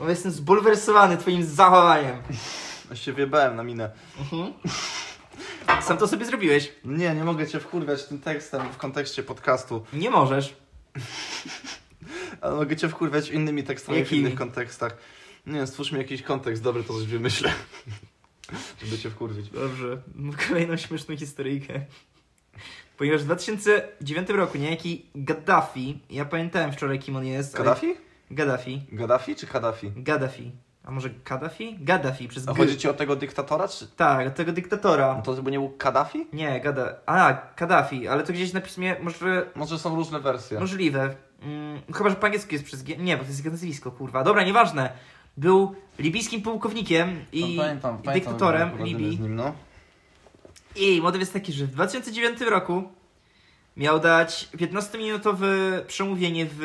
Speaker 2: O, Jestem zbulwersowany twoim zachowaniem.
Speaker 3: Ja się wjebałem na minę.
Speaker 2: Mhm. Sam to sobie zrobiłeś.
Speaker 3: Nie, nie mogę cię wkurwiać tym tekstem w kontekście podcastu,
Speaker 2: Nie możesz.
Speaker 3: ale mogę cię wkurwiać innymi tekstami w
Speaker 2: Jakimi?
Speaker 3: innych kontekstach. Nie wiem, stwórz mi jakiś kontekst, dobry to coś wymyślę. (laughs) Żeby cię wkurwić.
Speaker 2: Dobrze, no, kolejną śmieszną historyjkę. Ponieważ w 2009 roku niejaki Gaddafi, ja pamiętałem wczoraj kim on jest. ale-
Speaker 3: Gaddafi?
Speaker 2: Gaddafi.
Speaker 3: Gaddafi czy Kaddafi?
Speaker 2: Gaddafi. A może Gaddafi? Gaddafi przez
Speaker 3: A
Speaker 2: G.
Speaker 3: chodzi ci o tego dyktatora, czy...
Speaker 2: Tak, tego dyktatora.
Speaker 3: To by nie był Kaddafi?
Speaker 2: Nie, Gada... A, Gaddafi, ale to gdzieś na piśmie może...
Speaker 3: Może są różne wersje.
Speaker 2: Możliwe. Mm, chyba, że po angielsku jest przez G. Nie, bo to jest jego nazwisko, kurwa. Dobra, nieważne. Był libijskim pułkownikiem i
Speaker 3: No, pamiętam, pamiętam,
Speaker 2: dyktatorem
Speaker 3: jak
Speaker 2: Libii.
Speaker 3: urodziny Z nim, no.
Speaker 2: I motyw jest taki, że w 2009 roku miał dać 15-minutowe przemówienie w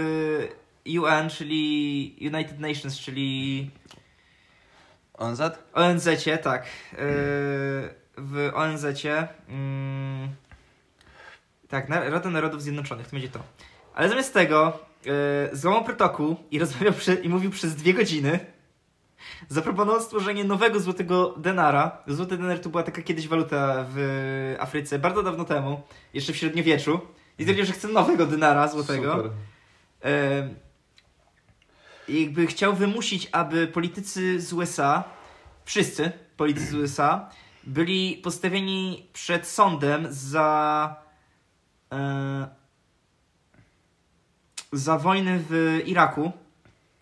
Speaker 2: UN, czyli United Nations, czyli
Speaker 3: ONZ?
Speaker 2: ONZ, tak. Yy, w ONZ. Yy, tak, na- Rada Narodów Zjednoczonych, to będzie to. Ale zamiast tego yy, złamał protokół i rozmawiał prze, i mówił przez dwie godziny. Zaproponował stworzenie nowego złotego denara. Złoty denar to była taka kiedyś waluta w Afryce, bardzo dawno temu, jeszcze w średniowieczu. I stwierdził, że chce nowego denara złotego.
Speaker 3: Super.
Speaker 2: Em, jakby chciał wymusić, aby politycy z USA, wszyscy politycy z USA, byli postawieni przed sądem za e, za wojnę w Iraku.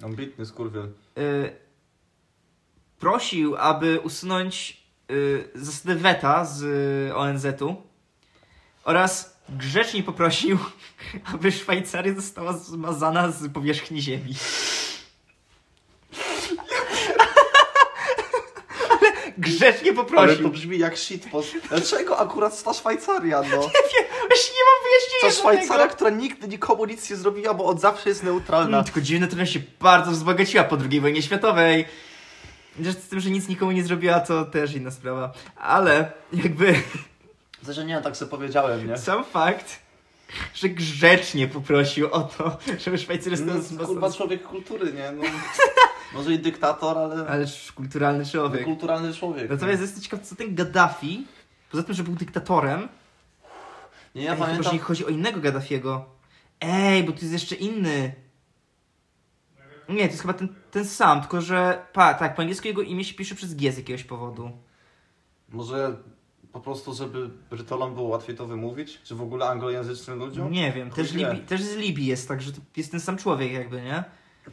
Speaker 3: Ambitny skurwiel.
Speaker 2: E, prosił, aby usunąć e, zasadę weta z y, ONZ-u oraz grzecznie poprosił, (laughs) aby Szwajcaria została zmazana z powierzchni ziemi. (laughs) Ale grzecznie
Speaker 3: Ale
Speaker 2: poprosił.
Speaker 3: to brzmi jak shit post. (laughs) Dlaczego akurat ta Szwajcaria, no?
Speaker 2: Właśnie nie mam
Speaker 3: Ta
Speaker 2: wyjaśnienia
Speaker 3: Szwajcaria,
Speaker 2: żadnego.
Speaker 3: która nigdy nikomu nic nie zrobiła, bo od zawsze jest neutralna.
Speaker 2: Mm, tylko dziwne, to ona się bardzo wzbogaciła po II wojnie światowej. Chociaż Z tym, że nic nikomu nie zrobiła, to też inna sprawa. Ale jakby... (laughs)
Speaker 3: Zresztą nie, tak sobie powiedziałem, nie?
Speaker 2: Sam fakt, że grzecznie poprosił o to, (laughs) żeby Szwajcar
Speaker 3: No,
Speaker 2: został
Speaker 3: jest, kurwa
Speaker 2: zmocny.
Speaker 3: człowiek kultury, nie? (laughs) No, może i dyktator, ale
Speaker 2: Ależ kulturalny człowiek.
Speaker 3: kulturalny człowiek. No
Speaker 2: Natomiast jestem ciekaw, co ten Gaddafi, poza tym, że był dyktatorem,
Speaker 3: nie, ja
Speaker 2: ej, chyba, że
Speaker 3: pamiętam,
Speaker 2: nie chodzi o innego Gaddafiego. Ej, bo tu jest jeszcze inny. Nie, to jest chyba ten, ten sam, tylko że... Pa, tak, po angielsku jego imię się pisze przez G z jakiegoś powodu.
Speaker 3: może
Speaker 6: po prostu, żeby Brytolom było łatwiej to wymówić? Czy w ogóle anglojęzycznym ludziom?
Speaker 2: Nie wiem, też,
Speaker 6: Chuj wie.
Speaker 2: Libii, też z Libii jest tak, że to jest ten sam człowiek jakby, nie?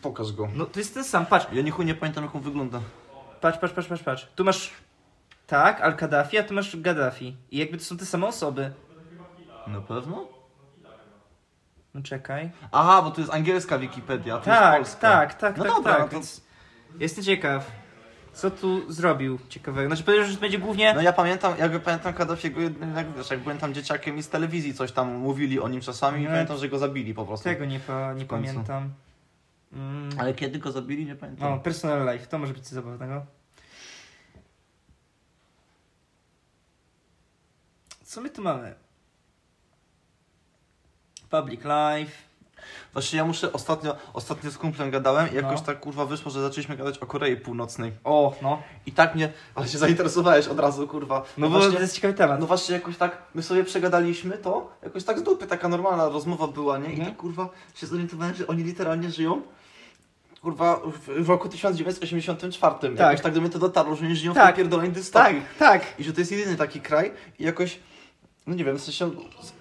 Speaker 6: Pokaż go.
Speaker 2: No to jest ten sam, patrz,
Speaker 3: Ja nie chuj nie pamiętam jak on wygląda.
Speaker 2: patrz, patrz, patrz, patrz, patrz. Tu masz tak, Al-Kaddafi, a tu masz Gaddafi. I jakby to są te same osoby.
Speaker 3: Na pewno?
Speaker 2: No czekaj.
Speaker 3: Aha, bo tu jest angielska Wikipedia, a tu jest
Speaker 2: Tak,
Speaker 3: polska.
Speaker 2: tak, tak,
Speaker 3: No
Speaker 2: tak,
Speaker 3: dobra,
Speaker 2: tak.
Speaker 3: no to-
Speaker 2: Więc jestem ciekaw, co tu zrobił ciekawego. Znaczy powiedział, że będzie głównie...
Speaker 3: No ja pamiętam, jakby pamiętam Kaddafiego, jak, wiesz, jak byłem tam dzieciakiem i z telewizji coś tam mówili o nim czasami
Speaker 2: Nie.
Speaker 3: i pamiętam, że go zabili po prostu.
Speaker 2: No. Tego nie, pa, nie
Speaker 3: W końcu.
Speaker 2: pamiętam. Mm.
Speaker 3: Ale kiedy go zabili, nie pamiętam.
Speaker 2: O, No, personal life, to może być coś zabawnego. Co my tu mamy? Public life.
Speaker 3: Właśnie ja muszę, ostatnio, ostatnio z kumplem gadałem i jakoś
Speaker 2: No.
Speaker 3: tak kurwa wyszło, że zaczęliśmy gadać o Korei Północnej.
Speaker 2: O, no.
Speaker 3: I tak mnie, ale się zainteresowałeś od razu kurwa.
Speaker 2: No bo to
Speaker 3: właśnie,
Speaker 2: jest ciekawy temat.
Speaker 3: no właśnie jakoś tak, my sobie przegadaliśmy to, jakoś tak z dupy, taka normalna rozmowa była, nie? I
Speaker 2: Mhm.
Speaker 3: tak kurwa się zorientowałem, że oni literalnie żyją. Kurwa, w- w roku 1984. Tak. Jakoś tak do mnie to dotarło, że oni żyją w
Speaker 2: Tak.
Speaker 3: tej pierdolonej dystopii.
Speaker 2: tak, tak.
Speaker 3: I że to jest jedyny taki kraj i jakoś, no nie wiem, w sensie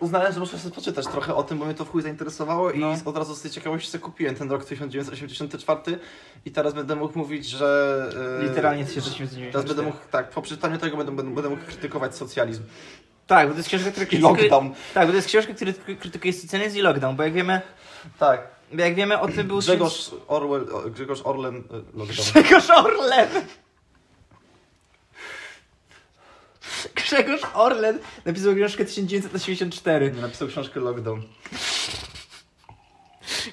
Speaker 3: uznałem, że muszę sobie poczytać trochę o tym, bo mnie to w chuj zainteresowało
Speaker 2: No.
Speaker 3: i od razu z tej ciekawości sobie kupiłem ten rok 1984 i teraz będę mógł mówić, że... e,
Speaker 2: Literalnie 1994.
Speaker 3: Teraz będę mógł, tak, po przeczytaniu tego będę, będę, będę mógł krytykować socjalizm
Speaker 2: Tak, bo to jest książka, która
Speaker 3: i
Speaker 2: krytykuje...
Speaker 3: lockdown.
Speaker 2: Tak, bo to jest książka, która krytykuje socjalizm i lockdown, bo jak wiemy,
Speaker 3: Tak,
Speaker 2: bo jak wiemy o tym był...
Speaker 3: Grzegorz, Orwell, o, Grzegorz Orlen, e, lockdown.
Speaker 2: Grzegorz Orlen! Grzegorz Orlen napisał książkę 1984.
Speaker 3: Napisał książkę Lockdown.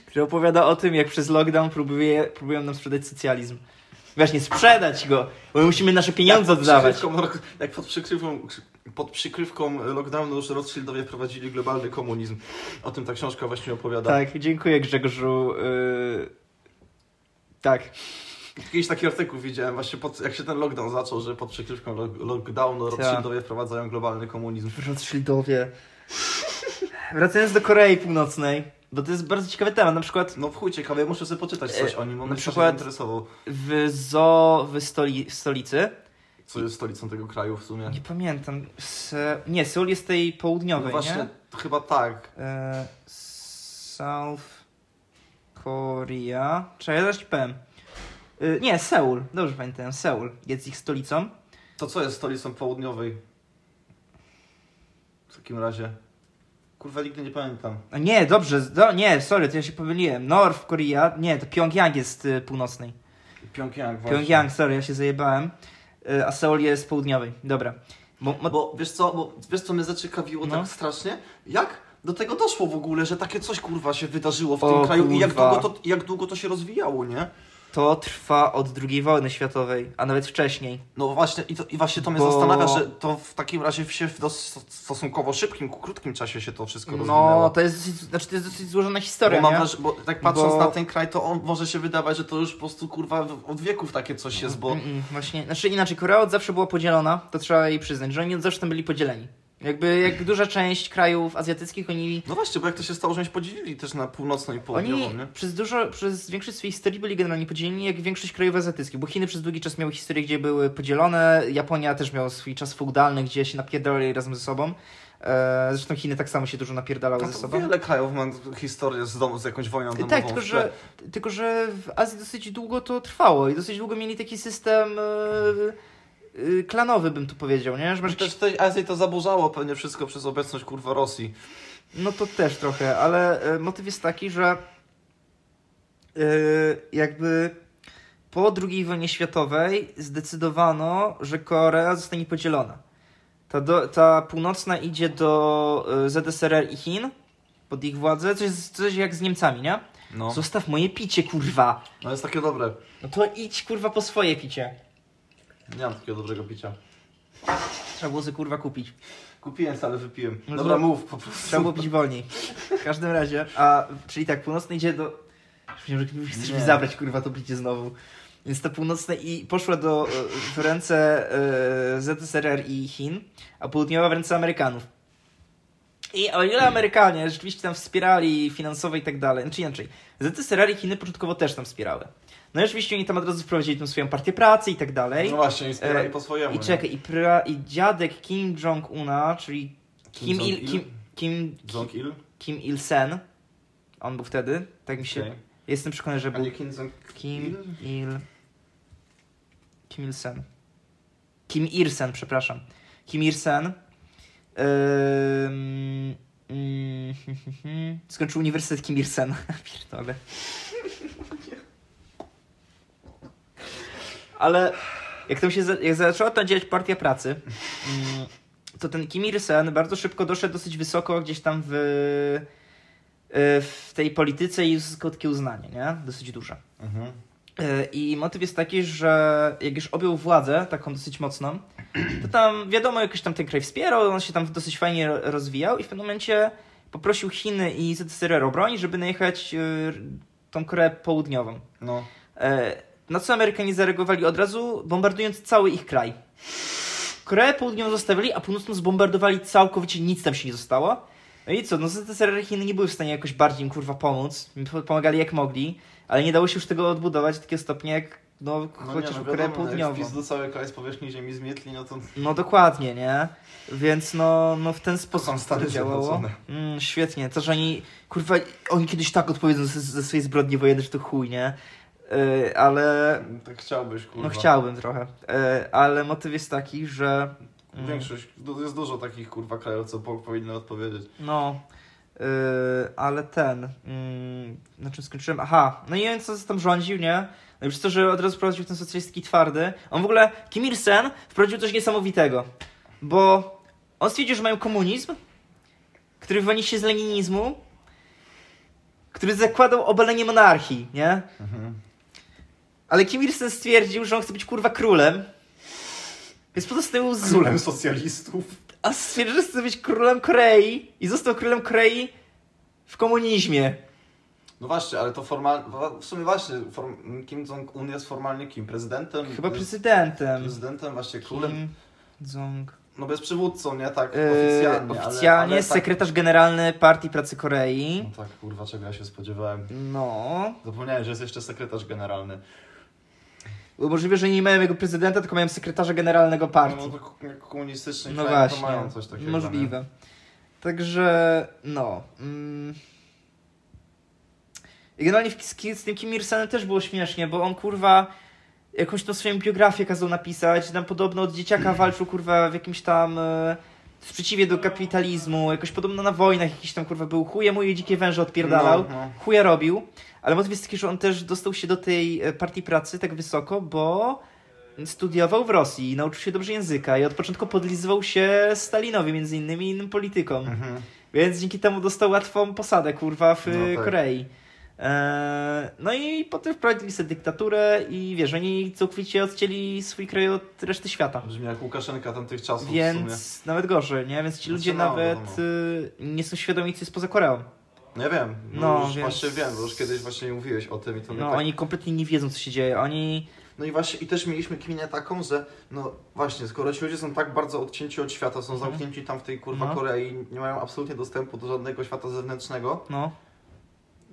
Speaker 2: który opowiada o tym, jak przez lockdown próbuje, próbują nam sprzedać socjalizm. Właśnie, sprzedać go, bo my musimy nasze pieniądze
Speaker 3: Jak pod
Speaker 2: oddawać.
Speaker 3: przykrywką rock- Jak pod przykrywką, pod przykrywką lockdownu już Rothschildowie wprowadzili globalny komunizm. O tym ta książka właśnie opowiada.
Speaker 2: Tak, dziękuję Grzegorzu. Yy... Tak.
Speaker 3: Jakiś taki artykuł widziałem właśnie, pod, jak się ten lockdown zaczął, że pod przykrywką lo- lockdownu
Speaker 2: Tak.
Speaker 3: Rothschildowie wprowadzają globalny komunizm.
Speaker 2: Rothschildowie. Wracając do Korei Północnej, bo to jest bardzo ciekawy temat. Na przykład
Speaker 3: No w chuj ciekawe, muszę sobie poczytać coś
Speaker 2: E,
Speaker 3: o nim, on
Speaker 2: na przykład-
Speaker 3: mnie przykład... zainteresował,
Speaker 2: w Zo, w, stoli, w stolicy,
Speaker 3: co jest stolicą tego kraju w sumie.
Speaker 2: nie pamiętam, z, nie, Seul jest tej
Speaker 3: No
Speaker 2: południowej,
Speaker 3: właśnie,
Speaker 2: nie?
Speaker 3: chyba tak.
Speaker 2: E, South Korea. Czekaj, ja zaraz ci powiem. E, Nie, Seul. Dobrze pamiętam. Seul jest ich stolicą.
Speaker 3: To co jest stolicą południowej? W takim razie. Kurwa, nigdy nie pamiętam.
Speaker 2: A nie, dobrze. Do, nie, sorry, to ja się pomyliłem. North Korea. Nie, to Pyongyang jest y, północnej.
Speaker 3: Pyongyang właśnie.
Speaker 2: Pyongyang, sorry, ja się zajebałem. E, A Seul jest południowej. Dobra. Bo,
Speaker 3: No
Speaker 2: mo,
Speaker 3: bo wiesz co, bo wiesz co mnie zaciekawiło
Speaker 2: No.
Speaker 3: tak strasznie? Jak do tego doszło w ogóle, że takie coś kurwa się wydarzyło w
Speaker 2: O,
Speaker 3: tym kraju i jak
Speaker 2: kurwa.
Speaker 3: długo, to, jak długo to się rozwijało, nie?
Speaker 2: to trwa od II wojny światowej, a nawet wcześniej.
Speaker 3: No właśnie i, to, i właśnie to mnie
Speaker 2: Bo-
Speaker 3: zastanawia, że to w takim razie się w dos- stosunkowo szybkim, krótkim czasie się to wszystko
Speaker 2: No,
Speaker 3: rozwinęło.
Speaker 2: to jest dosyć, znaczy to jest dosyć złożona
Speaker 3: Bo,
Speaker 2: historia.
Speaker 3: mam
Speaker 2: nie?
Speaker 3: wraż- bo tak patrząc
Speaker 2: Bo-
Speaker 3: na ten kraj, to on może się wydawać, że to już po prostu kurwa w- od wieków takie coś jest, bo
Speaker 2: Mm, mm, właśnie, znaczy inaczej, Korea od zawsze była podzielona, to trzeba jej przyznać, że oni od zawsze tam byli podzieleni. Jakby jak duża część krajów azjatyckich, oni,
Speaker 3: no właśnie, bo jak to się stało, że oni się podzielili też na północną i południową,
Speaker 2: oni
Speaker 3: nie?
Speaker 2: przez dużo, przez większość swojej historii byli generalnie podzieleni jak większość krajów azjatyckich, bo Chiny przez długi czas miały historię, gdzie były podzielone, Japonia też miała swój czas feudalny, gdzie się napierdalali razem ze sobą. E, zresztą Chiny tak samo się dużo napierdalały
Speaker 3: No
Speaker 2: ze
Speaker 3: to
Speaker 2: sobą.
Speaker 3: wiele krajów ma historię z, domu, z jakąś wojną domową.
Speaker 2: Tak, tylko
Speaker 3: w tle.
Speaker 2: że, tylko że w Azji dosyć długo to trwało i dosyć długo mieli taki system e, e, klanowy, bym tu powiedział, nie? Że masz
Speaker 3: Może też tej Azji No to zaburzało pewnie wszystko przez obecność kurwa Rosji.
Speaker 2: No to też trochę, ale e, motyw jest taki, że e, jakby po II wojnie światowej zdecydowano, że Korea zostanie podzielona. Ta, do, ta północna idzie do e, ZSRR i Chin pod ich władzę, coś, coś jak z Niemcami, nie?
Speaker 3: No.
Speaker 2: Zostaw moje picie, kurwa!
Speaker 3: No jest takie dobre.
Speaker 2: No to idź, kurwa, po swoje picie.
Speaker 3: Nie mam takiego dobrego picia.
Speaker 2: Trzeba było sobie, kurwa, kupić.
Speaker 3: Kupiłem, ale wypiłem.
Speaker 2: No
Speaker 3: Dobra,
Speaker 2: to-
Speaker 3: mów po prostu.
Speaker 2: Trzeba było pić wolniej. W każdym razie, a czyli tak, północny idzie do. Myślałem, że chcesz mi
Speaker 3: Nie.
Speaker 2: zabrać kurwa to picie znowu. Więc ta północna i poszła do, e, w ręce e, ZSRR i Chin, a południowa w ręce Amerykanów. I o ile Amerykanie rzeczywiście tam wspierali finansowo i tak dalej, znaczy inaczej, ZS RR i Chiny początkowo też tam wspierały. No i oczywiście oni tam od razu wprowadzili tą swoją partię pracy i tak dalej.
Speaker 3: No właśnie, i wspierali
Speaker 2: E,
Speaker 3: po swojemu.
Speaker 2: I
Speaker 3: nie?
Speaker 2: czekaj, i, pra, i dziadek Kim Jong-una, czyli Kim,
Speaker 3: Kim
Speaker 2: Il,
Speaker 3: Jong-il?
Speaker 2: Kim, Kim, Kim,
Speaker 3: Jong-il?
Speaker 2: Kim Il-sen, on był wtedy, tak mi się,
Speaker 3: Okej.
Speaker 2: jestem przekonany, że
Speaker 3: A
Speaker 2: był
Speaker 3: nie Kim Jong...
Speaker 2: Kim Il. Kim Il-sen. Kim Ir-sen, przepraszam. Kim Ir-sen. Ym, mm, (laughs) skończył uniwersytet Kim Ir-sen. (laughs) Pierdolę. Ale jak tam się za, jak zaczęła tam dziać partia pracy, mm, to ten Kim Ir-sen bardzo szybko doszedł dosyć wysoko gdzieś tam w, y, w tej polityce i uzyskał takie uznanie, nie? Dosyć duże.
Speaker 3: Mhm.
Speaker 2: Yy, I motyw jest taki, że jak już objął władzę, taką dosyć mocną, to tam wiadomo, jakoś tam ten kraj wspierał, on się tam dosyć fajnie ro- rozwijał i w pewnym momencie poprosił Chiny i ZSRR o broń, żeby najechać yy, tą Koreę Południową.
Speaker 3: No.
Speaker 2: E, Na co Amerykanie zareagowali od razu, bombardując cały ich kraj. Koreę Południową zostawili, a północną zbombardowali całkowicie, nic tam się nie zostało. No i co, no ZSRR i Chiny nie były w stanie jakoś bardziej im kurwa pomóc, Po- pomagali jak mogli, ale nie dało się już tego odbudować w takie stopnie jak, no,
Speaker 3: no
Speaker 2: chociaż
Speaker 3: nie, no
Speaker 2: Koreę
Speaker 3: wiadomo, jak
Speaker 2: Południową.
Speaker 3: wpis do cały kraj z powierzchni ziemi zmietli, no to...
Speaker 2: No dokładnie, nie? Więc no, no w ten sposób
Speaker 3: Kocham Stany
Speaker 2: to działało.
Speaker 3: Zjednoczone.
Speaker 2: Mm, świetnie, to, że oni, kurwa, oni kiedyś tak odpowiedzą ze, ze swojej zbrodni wojenne, że to chuj, nie? Yy, ale
Speaker 3: Tak chciałbyś, kurwa.
Speaker 2: no chciałbym trochę, e, ale motyw jest taki, że mm,
Speaker 3: Większość, du- jest dużo takich, kurwa, krajów, co po- powinno odpowiedzieć.
Speaker 2: no, e, ale ten, mm, na czym skończyłem, aha, no i on co tam rządził, nie? No i przez to, że od razu wprowadził ten socjalistki twardy, on w ogóle, Kim Il-sen wprowadził coś niesamowitego, bo on stwierdził, że mają komunizm, który wywodzi się z leninizmu, który zakładał obalenie monarchii, nie?
Speaker 3: Mhm.
Speaker 2: Ale Kim Il-sen stwierdził, że on chce być kurwa królem, więc pozostawił z
Speaker 3: Królem socjalistów.
Speaker 2: a stwierdził, że chce być królem Korei i został królem Korei w komunizmie.
Speaker 3: No właśnie, ale to formalnie, w sumie właśnie, form, Kim Jong-un jest formalnie kim? Prezydentem?
Speaker 2: Chyba
Speaker 3: Jest
Speaker 2: prezydentem.
Speaker 3: Prezydentem, właśnie królem.
Speaker 2: Kim Jong.
Speaker 3: No bez przywódcą, nie? Tak,
Speaker 2: Yy,
Speaker 3: oficjalnie. ale-
Speaker 2: oficjalnie
Speaker 3: ale tak-
Speaker 2: sekretarz generalny Partii Pracy
Speaker 3: No
Speaker 2: Korei.
Speaker 3: tak, kurwa, czego ja się spodziewałem.
Speaker 2: No.
Speaker 3: Zapomniałem, że jest jeszcze sekretarz generalny.
Speaker 2: Bo Możliwe, że nie mają jego prezydenta, tylko mają sekretarza generalnego
Speaker 3: No,
Speaker 2: partii.
Speaker 3: to k- jak komunistyczny
Speaker 2: No
Speaker 3: kraj,
Speaker 2: właśnie.
Speaker 3: to mają coś takiego.
Speaker 2: Możliwe. Także no. Mm. I Generalnie w- z, z tym Kim Il-senem też było śmiesznie, bo on kurwa jakąś tą swoją biografię kazał napisać. Tam podobno od
Speaker 3: (clears throat)
Speaker 2: dzieciaka walczył kurwa w jakimś tam e, sprzeciwie do kapitalizmu, jakoś podobno na wojnach jakiś tam kurwa był chuje mu i dzikie węże
Speaker 3: Nie?
Speaker 2: odpierdalał
Speaker 3: No, no.
Speaker 2: chuja robił, ale motyw jest taki, że on też dostał się do tej e, partii pracy tak wysoko, bo studiował w Rosji i nauczył się dobrze języka i od początku podlizywał się Stalinowi między innymi i innym politykom.
Speaker 3: Mhm.
Speaker 2: Więc dzięki temu dostał łatwą posadę, kurwa, w
Speaker 3: No
Speaker 2: e,
Speaker 3: tak.
Speaker 2: Korei. E, No i potem wprowadzili sobie dyktaturę i wiesz, oni całkowicie odcięli swój kraj od reszty świata.
Speaker 3: Brzmi jak Łukaszenka tamtych czasów No, w sumie.
Speaker 2: Więc nawet gorzej, nie? Więc ci
Speaker 3: No
Speaker 2: ludzie
Speaker 3: co mało,
Speaker 2: nawet
Speaker 3: no.
Speaker 2: y, nie są świadomi, co jest poza Koreą.
Speaker 3: Nie wiem, no,
Speaker 2: No,
Speaker 3: już
Speaker 2: więc-
Speaker 3: właśnie wiem, bo już kiedyś właśnie mówiłeś o tym i to mnie
Speaker 2: No,
Speaker 3: tak
Speaker 2: oni kompletnie nie wiedzą, co się dzieje. Oni
Speaker 3: No i właśnie, i też mieliśmy kminę taką, że no właśnie, skoro ci ludzie są tak bardzo odcięci od świata, są
Speaker 2: Mhm.
Speaker 3: zamknięci tam w tej kurwa
Speaker 2: No.
Speaker 3: Korei, nie mają absolutnie dostępu do żadnego świata zewnętrznego,
Speaker 2: No,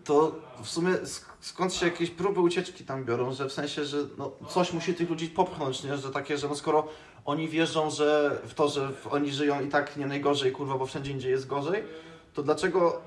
Speaker 3: to w sumie sk- skąd się jakieś próby ucieczki tam biorą, że w sensie, że no, coś musi tych ludzi popchnąć, nie? Że takie, że no skoro oni wierzą, że w to, że w- oni żyją i tak nie najgorzej, kurwa, bo wszędzie indziej jest gorzej, to dlaczego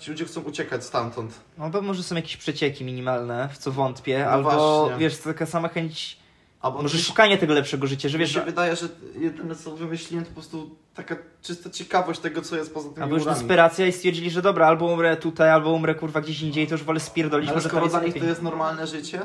Speaker 3: ci ludzie chcą uciekać stamtąd?
Speaker 2: no bo może są jakieś przecieki minimalne, w co wątpię,
Speaker 3: No
Speaker 2: albo
Speaker 3: właśnie.
Speaker 2: wiesz, taka sama chęć,
Speaker 3: Albo
Speaker 2: może szukanie tego lepszego życia, że
Speaker 3: Mi
Speaker 2: wiesz,
Speaker 3: się
Speaker 2: że,
Speaker 3: wydaje, że jedyne co wymyśliłem to po prostu taka czysta ciekawość tego, co jest poza tymi
Speaker 2: albo już
Speaker 3: murami.
Speaker 2: desperacja i stwierdzili, że dobra, albo umrę tutaj, albo umrę kurwa gdzieś indziej, to już wolę spierdolić,
Speaker 3: Ale
Speaker 2: może tam
Speaker 3: skoro
Speaker 2: jest
Speaker 3: dla nich
Speaker 2: lepiej.
Speaker 3: to jest normalne życie,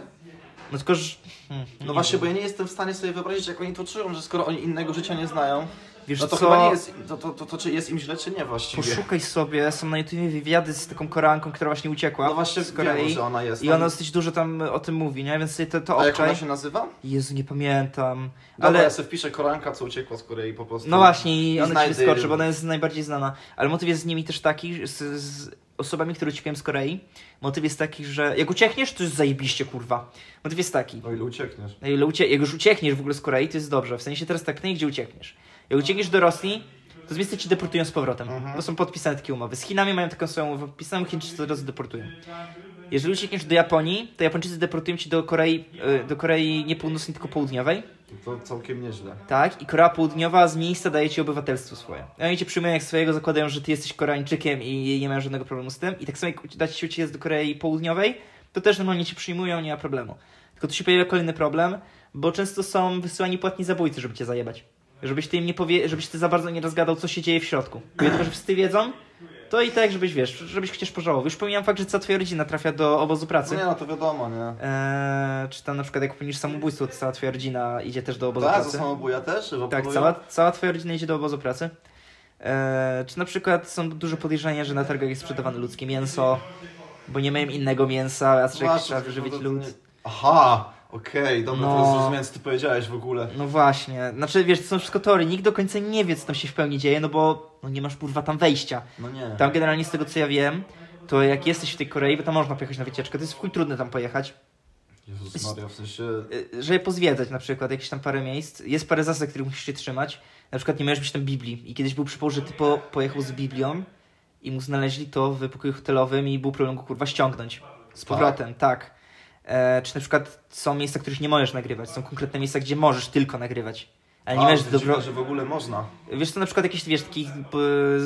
Speaker 2: No tylko, że... Hmm,
Speaker 3: no właśnie, bo ja nie jestem w stanie sobie wyobrazić, jak oni to czują, że skoro oni innego życia nie znają,
Speaker 2: Wiesz
Speaker 3: no to
Speaker 2: co,
Speaker 3: chyba nie jest, to, to, to, to czy jest im źle, czy nie właściwie.
Speaker 2: poszukaj sobie, są na YouTubie wywiady z taką koranką, która właśnie uciekła
Speaker 3: No właśnie,
Speaker 2: z
Speaker 3: wiem,
Speaker 2: Korei.
Speaker 3: że ona jest.
Speaker 2: I
Speaker 3: tam.
Speaker 2: ona dosyć dużo tam o tym mówi, nie? Więc sobie to, to
Speaker 3: A jak ona
Speaker 2: obczaj.
Speaker 3: się nazywa?
Speaker 2: Jezu, nie pamiętam.
Speaker 3: Dobra,
Speaker 2: Ale...
Speaker 3: ale ja sobie wpiszę koranka, co uciekła z Korei po prostu.
Speaker 2: No właśnie, i
Speaker 3: I
Speaker 2: ona ci
Speaker 3: znajdę-
Speaker 2: wyskoczy, bo ona jest najbardziej znana. Ale motyw jest z nimi też taki, z, z osobami, które uciekają z Korei. Motyw jest taki, że jak uciekniesz, to jest zajebiście, kurwa. Motyw jest taki. No
Speaker 3: O ile No uciekniesz.
Speaker 2: Na ile ucie- jak już uciekniesz w ogóle z Korei, to jest dobrze. W sensie teraz tak, nie gdzie uciekniesz. Jak uciekniesz do Rosji, to z miejsca ci deportują z powrotem.
Speaker 3: Mhm.
Speaker 2: To są podpisane takie umowy. Z Chinami mają taką samą umowę podpisaną, Chińczycy to razu deportują. Jeżeli uciekniesz do Japonii, to Japończycy deportują cię do Korei, e, do Korei nie północnej, tylko południowej.
Speaker 3: To całkiem nieźle.
Speaker 2: Tak, i Korea Południowa z miejsca daje ci obywatelstwo swoje. I Oni cię przyjmują jak swojego, zakładają, że ty jesteś Koreańczykiem i nie mają żadnego problemu z tym. I tak samo jak dać ci uciec do Korei Południowej, to też normalnie cię przyjmują, nie ma problemu. Tylko tu się pojawia kolejny problem, bo często są wysyłani płatni zabójcy, żeby cię zajebać. Żebyś ty im nie powie, żebyś ty za bardzo nie rozgadał, co się dzieje w środku. Mimo tego, że wszyscy wiedzą, to i tak, żebyś wiesz, żebyś chociaż pożałował. Już pomijam fakt, że cała twoja rodzina trafia do obozu pracy.
Speaker 3: Nie no, to wiadomo, nie?
Speaker 2: Eee, czy tam na przykład jak popełnisz samobójstwo, to cała twoja rodzina idzie też do obozu
Speaker 3: Tak,
Speaker 2: pracy.
Speaker 3: za samobuja też? bo
Speaker 2: Tak,
Speaker 3: polują?
Speaker 2: cała, cała twoja rodzina idzie do obozu pracy. Eee, czy na przykład są duże podejrzenia, że na targach jest sprzedawane ludzkie mięso, bo nie mają innego mięsa, a trzeba,
Speaker 3: Masz,
Speaker 2: trzeba
Speaker 3: to-
Speaker 2: wyżywić
Speaker 3: to- to-
Speaker 2: lud.
Speaker 3: Aha, okej, dobra,
Speaker 2: No.
Speaker 3: teraz zrozumiałem co ty powiedziałeś w ogóle.
Speaker 2: No właśnie, znaczy wiesz, to są wszystko tory, nikt do końca nie wie, co tam się w pełni dzieje, no bo no nie masz kurwa tam wejścia.
Speaker 3: No nie.
Speaker 2: Tam generalnie z tego co ja wiem, to jak jesteś w tej Korei, bo tam można pojechać na wycieczkę, to jest w chuj trudne tam pojechać.
Speaker 3: Jezus Maria, w sensie...
Speaker 2: y, żeby pozwiedzać na przykład jakieś tam parę miejsc. Jest parę zasad, których musisz się trzymać. Na przykład nie możesz mieć tam Biblii. I kiedyś był przypał, że typo pojechał z Biblią i mu znaleźli to w pokoju hotelowym i był problem go kurwa ściągnąć. Z powrotem, tak. E, czy na przykład są miejsca, których nie możesz nagrywać. Są konkretne miejsca, gdzie możesz tylko nagrywać. Ale nie
Speaker 3: A,
Speaker 2: możesz
Speaker 3: to
Speaker 2: dobro...
Speaker 3: dziwne, że w ogóle można.
Speaker 2: Wiesz, to na przykład jakieś, wiesz, takie e,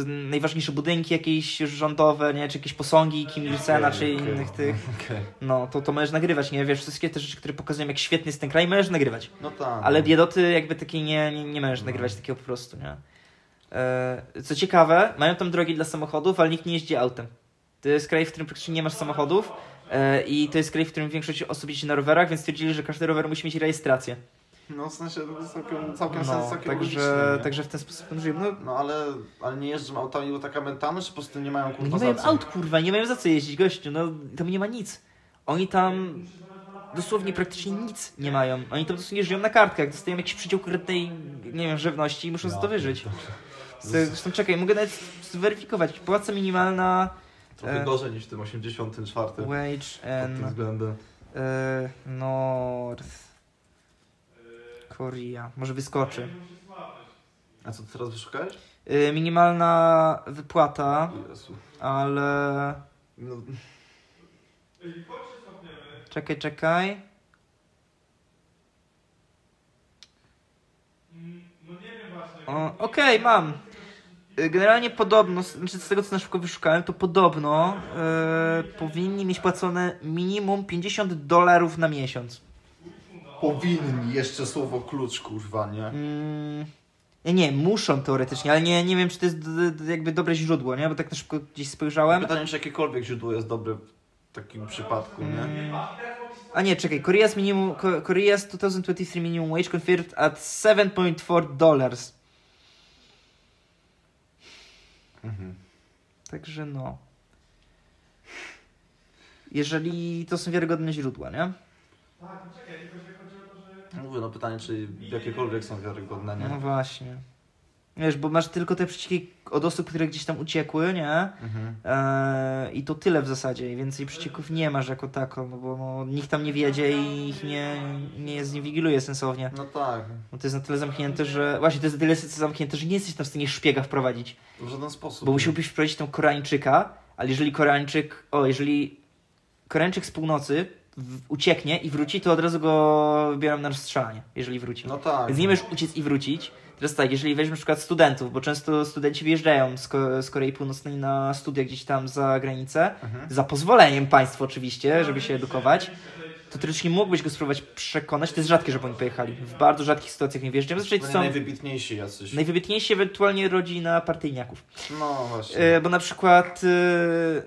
Speaker 2: najważniejsze budynki jakieś rządowe, nie? Czy jakieś posągi Kim Il-sena, czy
Speaker 3: Okej, okej.
Speaker 2: innych tych.
Speaker 3: Okej.
Speaker 2: No, to, to możesz nagrywać, nie? Wiesz, wszystkie te rzeczy, które pokazują, jak świetny jest ten kraj, możesz nagrywać.
Speaker 3: No tak.
Speaker 2: Ale biedoty jakby takiej nie, nie, nie możesz
Speaker 3: Mhm.
Speaker 2: nagrywać takiego po prostu, nie? E, Co ciekawe, mają tam drogi dla samochodów, ale nikt nie jeździ autem. To jest kraj, w którym praktycznie nie masz samochodów e, i to jest kraj, w którym większość osób jeździ na rowerach, więc stwierdzili, że każdy rower musi mieć rejestrację.
Speaker 3: No w sensie to jest całkiem, całkiem sens,
Speaker 2: No,
Speaker 3: całkiem
Speaker 2: także,
Speaker 3: logiczny, nie?
Speaker 2: także w ten sposób tam żyją. No,
Speaker 3: No ale, ale nie jeżdżą autami, bo taka mentalność, po prostu nie mają
Speaker 2: nie
Speaker 3: kurwa za
Speaker 2: mają
Speaker 3: co.
Speaker 2: aut, kurwa, nie mają za co jeździć, gościu, no tam nie ma nic. Oni tam dosłownie praktycznie nic nie mają. Oni tam dosłownie żyją na kartkach, dostają jakiś przydział konkretnej, nie wiem, żywności i muszą
Speaker 3: No,
Speaker 2: za to wyżyć. Z- Zresztą czekaj, mogę nawet zweryfikować. Płaca minimalna,
Speaker 3: Trochę
Speaker 2: E.
Speaker 3: gorzej niż w tym 84. Pod
Speaker 2: wage
Speaker 3: tym
Speaker 2: and
Speaker 3: względem.
Speaker 2: e, North Korea. Może wyskoczy.
Speaker 3: A co ty teraz wyszukałeś?
Speaker 2: E, minimalna wypłata,
Speaker 3: Jezu.
Speaker 2: ale...
Speaker 3: No,
Speaker 2: Czekaj, czekaj. O, Okej, mam. Y, Generalnie podobno, s- znaczy z tego co na szybko wyszukałem, to podobno y, powinni mieć płacone minimum 50 dolarów na miesiąc.
Speaker 3: powinni, jeszcze słowo klucz, kurwa, nie?
Speaker 2: Mm, nie, nie, muszą teoretycznie, ale nie, nie wiem czy to jest d- d- jakby dobre źródło, nie? Bo tak na szybko gdzieś spojrzałem.
Speaker 3: Pytanie, czy jakiekolwiek źródło jest dobre w takim przypadku, nie?
Speaker 2: A nie, czekaj, Korea's, minimum, Ko- Korea's 2023 minimum wage confirmed at 7.4 dollars.
Speaker 3: Mhm.
Speaker 2: Także no. Jeżeli to są wiarygodne źródła, nie?
Speaker 3: Mówię, no pytanie, czy jakiekolwiek są wiarygodne,
Speaker 2: No
Speaker 3: nie?
Speaker 2: właśnie. Wiesz, bo masz tylko te przyciski od osób, które gdzieś tam uciekły, nie?
Speaker 3: Mhm.
Speaker 2: Eee, I to tyle w zasadzie. I więcej przycisków nie masz jako tako, no bo no, nikt tam nie wiedzie i ich nie, nie zinwigiluje sensownie.
Speaker 3: No tak,
Speaker 2: Bo to jest na tyle zamknięte, że. Właśnie, to jest na tyle zamknięte, że nie jesteś tam w stanie szpiega wprowadzić.
Speaker 3: w żaden sposób.
Speaker 2: Bo musiałbyś wprowadzić tam Koreańczyka, ale jeżeli Koreańczyk, o, jeżeli Koreańczyk z północy w, ucieknie i wróci, to od razu go wybieram na rozstrzelanie, jeżeli wróci.
Speaker 3: No tak.
Speaker 2: Więc nie możesz uciec i wrócić. Teraz tak, jeżeli weźmiesz na przykład studentów, bo często studenci wyjeżdżają z, Ko- z Korei Północnej na studia gdzieś tam za granicę,
Speaker 3: Mhm.
Speaker 2: za pozwoleniem państwa oczywiście, żeby się edukować, to teoretycznie mógłbyś go spróbować przekonać. To jest rzadkie, żeby oni pojechali. W bardzo rzadkich sytuacjach nie wyjeżdżają. Zazwyczaj to
Speaker 3: Oni
Speaker 2: są
Speaker 3: najwybitniejsi jacyś.
Speaker 2: najwybitniejsi ewentualnie rodzina partyjniaków.
Speaker 3: No właśnie.
Speaker 2: E, bo na przykład e,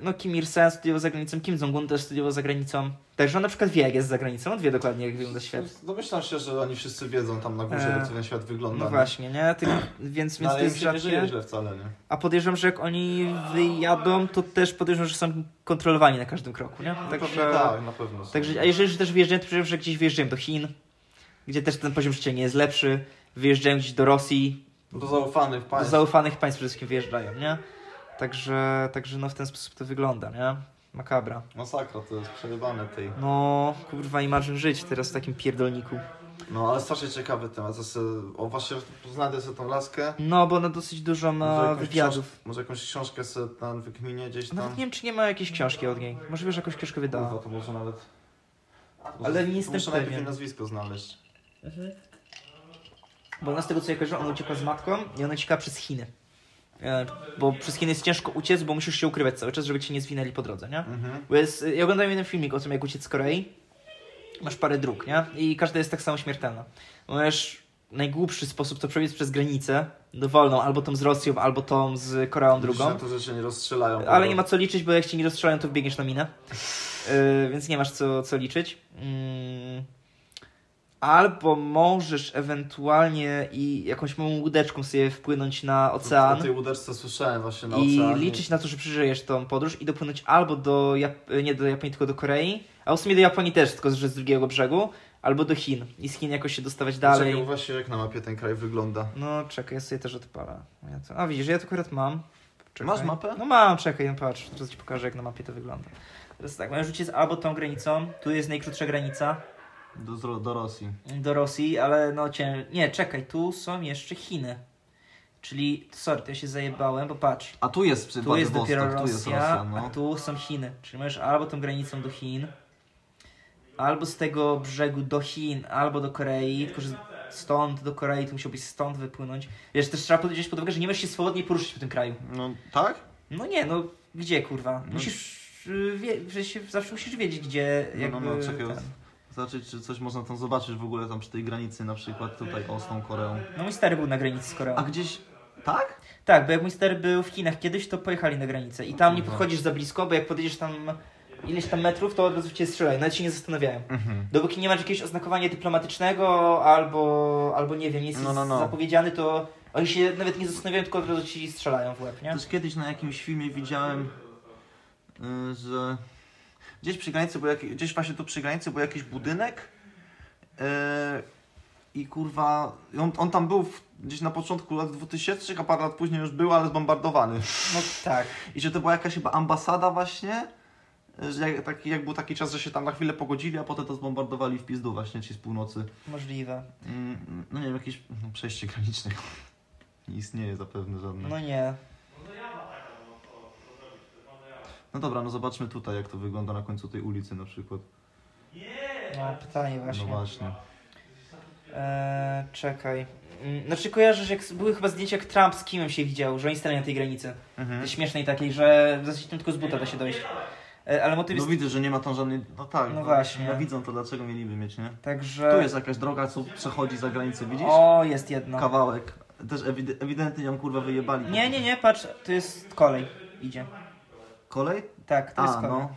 Speaker 2: no Kim Il-sen studiował za granicą, Kim Jong-un też studiował za granicą. Także on na przykład wie, jak jest za granicą, on wie dokładnie, jak wygląda świat.
Speaker 3: Domyślam się, że oni wszyscy wiedzą tam na górze,
Speaker 2: E,
Speaker 3: jak ten świat wygląda.
Speaker 2: No
Speaker 3: nie?
Speaker 2: właśnie, nie? Ty, więc więc
Speaker 3: No, ale
Speaker 2: to
Speaker 3: im
Speaker 2: jest
Speaker 3: się nie żyje
Speaker 2: rzadkie.
Speaker 3: źle wcale, nie?
Speaker 2: A podejrzewam, że jak oni wyjadą, to też podejrzewam, że są kontrolowani na każdym kroku, nie?
Speaker 3: No
Speaker 2: Także,
Speaker 3: pewnie tak, na pewno. są.
Speaker 2: także, a jeżeli też wyjeżdżają, to podejrzewam, że gdzieś wyjeżdżają do Chin, gdzie też ten poziom życia nie jest lepszy, wyjeżdżają gdzieś do Rosji,
Speaker 3: Do zaufanych
Speaker 2: do
Speaker 3: państw.
Speaker 2: zaufanych państw przede wszystkim wyjeżdżają, nie? Także, także no w ten sposób to wygląda, nie? Makabra.
Speaker 3: Masakra, to jest przerwane tej.
Speaker 2: No, kurwa, i marzę żyć teraz w takim pierdolniku.
Speaker 3: No, ale strasznie ciekawy temat. Zase, o, właśnie znajdę sobie tą laskę.
Speaker 2: No, bo ona dosyć dużo
Speaker 3: Może
Speaker 2: ma
Speaker 3: jakąś
Speaker 2: wywiadów.
Speaker 3: książ- Może jakąś książkę sobie tam wykminie gdzieś tam.
Speaker 2: Nawet nie wiem, czy nie ma jakiejś książki od niej. Może wiesz, jakąś książkę
Speaker 3: Kurwa,
Speaker 2: wydała.
Speaker 3: to może nawet...
Speaker 2: Ale nie
Speaker 3: to
Speaker 2: jestem
Speaker 3: Muszę najpierw
Speaker 2: pewien.
Speaker 3: jej nazwisko znaleźć.
Speaker 2: Mhm. Bo ona z tego co ja kojarzę, ona uciekła z matką i ona uciekała przez Chiny. E, Bo przez Chiny jest ciężko uciec, bo musisz się ukrywać cały czas, żeby cię nie zwinęli po drodze, nie?
Speaker 3: Mhm.
Speaker 2: Bo jest, ja oglądałem jeden filmik o tym, jak uciec z Korei. Masz parę dróg, nie? I każda jest tak samo śmiertelna. Możesz najgłupszy sposób to przebiec przez granicę dowolną, albo tą z Rosją, albo tą z Koreą
Speaker 3: Dziś
Speaker 2: drugą.
Speaker 3: Na to rzeczy nie rozstrzelają. po
Speaker 2: Ale nie ma
Speaker 3: drodze.
Speaker 2: co liczyć, bo jak cię nie rozstrzelają, to wbiegniesz na minę. Yy, więc nie masz co, co liczyć. Mm. Albo możesz ewentualnie i jakąś małą łódeczką sobie wpłynąć na
Speaker 3: O
Speaker 2: ocean
Speaker 3: tej łódeczce słyszałem właśnie na
Speaker 2: i
Speaker 3: oceanie.
Speaker 2: liczyć na to, że przeżyjesz tą podróż i dopłynąć albo do Jap- nie do Japonii, tylko do Korei, a w sumie do Japonii też, tylko że z drugiego brzegu, albo do Chin. I z Chin jakoś się dostawać dalej.
Speaker 3: Czekaj, bo właśnie jak na mapie ten kraj wygląda.
Speaker 2: No czekaj, ja sobie też odpalę. Ja to... A widzisz, ja to akurat mam. Czekaj.
Speaker 3: Masz mapę?
Speaker 2: No mam, czekaj, no patrz, teraz ci pokażę jak na mapie to wygląda. Teraz tak, możesz rzucić albo tą granicą, tu jest najkrótsza granica
Speaker 3: Do, do Rosji.
Speaker 2: do Rosji, ale no cię... Nie, czekaj, tu są jeszcze Chiny. Czyli, sorry, to ja się zajebałem, bo patrz.
Speaker 3: A tu jest przy
Speaker 2: Tu jest dopiero
Speaker 3: Władywostok,
Speaker 2: Rosja,
Speaker 3: tu jest Rosja,
Speaker 2: a
Speaker 3: no.
Speaker 2: tu są Chiny. Czyli możesz albo tą granicą do Chin, albo z tego brzegu do Chin, albo do Korei, tylko że stąd do Korei, to musiałbyś stąd wypłynąć. Wiesz, też trzeba wziąć pod uwagę, że nie możesz się swobodnie poruszyć w tym kraju.
Speaker 3: No tak?
Speaker 2: No nie, no gdzie kurwa? Musisz, y, wie, że się, zawsze musisz wiedzieć gdzie,
Speaker 3: No,
Speaker 2: jakby...
Speaker 3: no, no, czekaj.
Speaker 2: ten.
Speaker 3: Zobaczyć, czy coś można tam zobaczyć w ogóle tam przy tej granicy, na przykład tutaj o z tą Koreą.
Speaker 2: no mój stary był na granicy z Koreą.
Speaker 3: A gdzieś... Tak?
Speaker 2: Tak, bo jak mój stary był w Chinach kiedyś, to pojechali na granicę i tam nie
Speaker 3: Aha.
Speaker 2: podchodzisz za blisko, bo jak podejdziesz tam ileś tam metrów, to od razu w ciebie strzelają, nawet się nie zastanawiają.
Speaker 3: Mhm.
Speaker 2: Dopóki nie masz jakiegoś oznakowania dyplomatycznego albo, albo nie wiem, nie jesteś
Speaker 3: No, no, no.
Speaker 2: zapowiedziany, to oni się nawet nie zastanawiają, tylko od razu ci strzelają w łeb, nie?
Speaker 3: Też kiedyś na jakimś filmie widziałem, y, że gdzieś przy granicy, bo jak, gdzieś właśnie tu przy granicy był jakiś budynek y, i kurwa, i on, on tam był w, gdzieś na początku lat 2000, a parę lat później już był, ale zbombardowany.
Speaker 2: No tak.
Speaker 3: I że to była jakaś chyba ambasada właśnie, y, że jak, taki, jak był taki czas, że się tam na chwilę pogodzili, a potem to zbombardowali w pizdu właśnie ci z północy.
Speaker 2: Możliwe.
Speaker 3: Mm, no nie wiem, jakieś no, przejście graniczne. (laughs) Nie istnieje zapewne żadne.
Speaker 2: No nie.
Speaker 3: No dobra, no zobaczmy tutaj, jak to wygląda na końcu tej ulicy na przykład.
Speaker 2: No, pytanie właśnie.
Speaker 3: No właśnie.
Speaker 2: Eee, czekaj. Mm, Znaczy kojarzysz, jak s- były chyba zdjęcia, jak Trump z kimem się widział, że oni stanęli na tej granicy.
Speaker 3: Mhm.
Speaker 2: Śmiesznej takiej, że w zasadzie tym tylko z buta da się dojść. E, ale motyw
Speaker 3: No
Speaker 2: jest
Speaker 3: widzę, że nie ma tam żadnej... No tak,
Speaker 2: No właśnie.
Speaker 3: Ja widzą to, dlaczego mieliby mieć, nie?
Speaker 2: także...
Speaker 3: Tu jest jakaś droga, co przechodzi za granicę, widzisz?
Speaker 2: O, jest jedna.
Speaker 3: Kawałek. Też ewide- ewidentnie ją kurwa wyjebali.
Speaker 2: Nie, nie, nie, patrz, tu jest kolej. Idzie.
Speaker 3: Kolej?
Speaker 2: Tak, to
Speaker 3: A,
Speaker 2: jest kolej.
Speaker 3: no.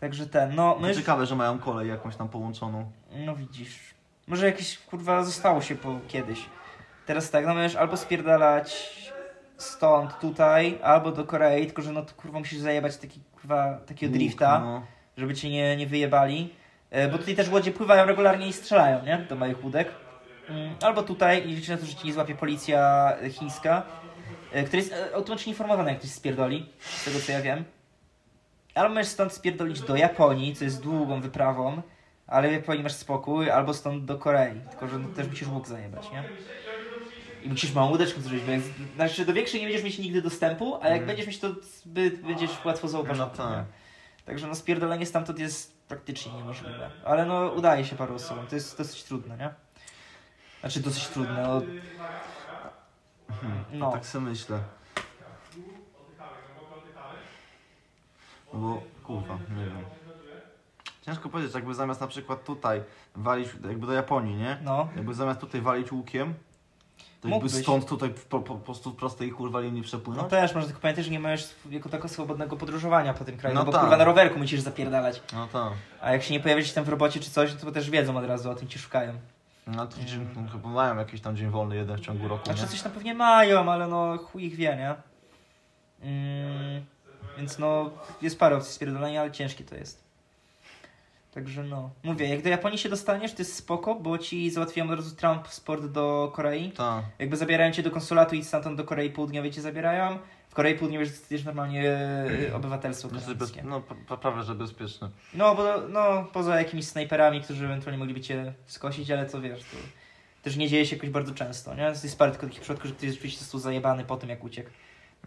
Speaker 2: Także ten, no,
Speaker 3: To
Speaker 2: my...
Speaker 3: Ciekawe, że mają kolej jakąś tam połączoną.
Speaker 2: No widzisz. Może jakieś kurwa zostało się po kiedyś. Teraz tak, no możesz albo spierdalać stąd, tutaj, albo do Korei, tylko że no to kurwa musisz zajebać taki kurwa, takiego
Speaker 3: Łuk,
Speaker 2: drifta,
Speaker 3: No.
Speaker 2: żeby cię nie, nie wyjebali. E, Bo tutaj też łodzie pływają regularnie i strzelają, nie? Do małych łódek. Mm, Albo tutaj i liczy na to, że ci nie złapie policja e, chińska, e, która jest e, automatycznie informowana, jak ktoś spierdoli, z tego co ja wiem. Albo możesz stąd spierdolić do Japonii, co jest długą wyprawą, ale w Japonii masz spokój, albo stąd do Korei, tylko że no, też musisz łuk zajebać, nie? I musisz małą łódeczkę zrobić, bo jak, znaczy do większej nie będziesz mieć nigdy dostępu, a jak będziesz mieć to zbyt, będziesz łatwo zauważony.
Speaker 3: Mm. No tak.
Speaker 2: nie? Także no spierdolenie stamtąd jest praktycznie niemożliwe. Ale no udaje się paru osobom, to jest dosyć trudne, nie? Znaczy dosyć trudne, no... No,
Speaker 3: Tak sobie myślę. No bo kurwa, nie wiem. Ciężko powiedzieć, jakby zamiast na przykład tutaj walić, jakby do Japonii, nie?
Speaker 2: no.
Speaker 3: Jakby zamiast tutaj walić łukiem, to jakby
Speaker 2: Mógłbyś.
Speaker 3: stąd tutaj w- po, po, po prostu w prostej kurwa linii
Speaker 2: No
Speaker 3: przepłynąć.
Speaker 2: też, może tylko pamiętaj, że nie masz jako tako swobodnego podróżowania po tym kraju, no,
Speaker 3: No
Speaker 2: bo
Speaker 3: tak.
Speaker 2: kurwa na rowerku musisz zapierdalać.
Speaker 3: No tak.
Speaker 2: A jak się nie pojawisz tam w robocie czy coś, no to też wiedzą od razu, o tym cię szukają.
Speaker 3: No to dzień, no, chyba mają jakiś tam dzień wolny jeden w ciągu roku,
Speaker 2: Znaczy
Speaker 3: nie?
Speaker 2: coś tam pewnie mają, ale no chuj ich wie, nie? Mm, więc no jest parę opcji spierdolenia, ale ciężkie to jest. Także no. Mówię, jak do Japonii się dostaniesz, to jest spoko, bo ci załatwiłem od razu transport do Korei.
Speaker 3: Tak.
Speaker 2: Jakby zabierają cię do konsulatu i stamtąd do Korei Południowej cię zabierają. W Korei Południowej dostajesz normalnie y, obywatelstwo
Speaker 3: Jesteś bez,
Speaker 2: kanadyjskie.
Speaker 3: Mhm. no, pra- prawie że bezpieczny.
Speaker 2: No, bo, no, poza jakimiś snajperami, którzy ewentualnie mogliby cię skosić, ale co wiesz, to też nie dzieje się jakoś bardzo często, nie? Jest parę tylko takich przypadków, że ktoś rzeczywiście został zajebany po tym, jak uciekł.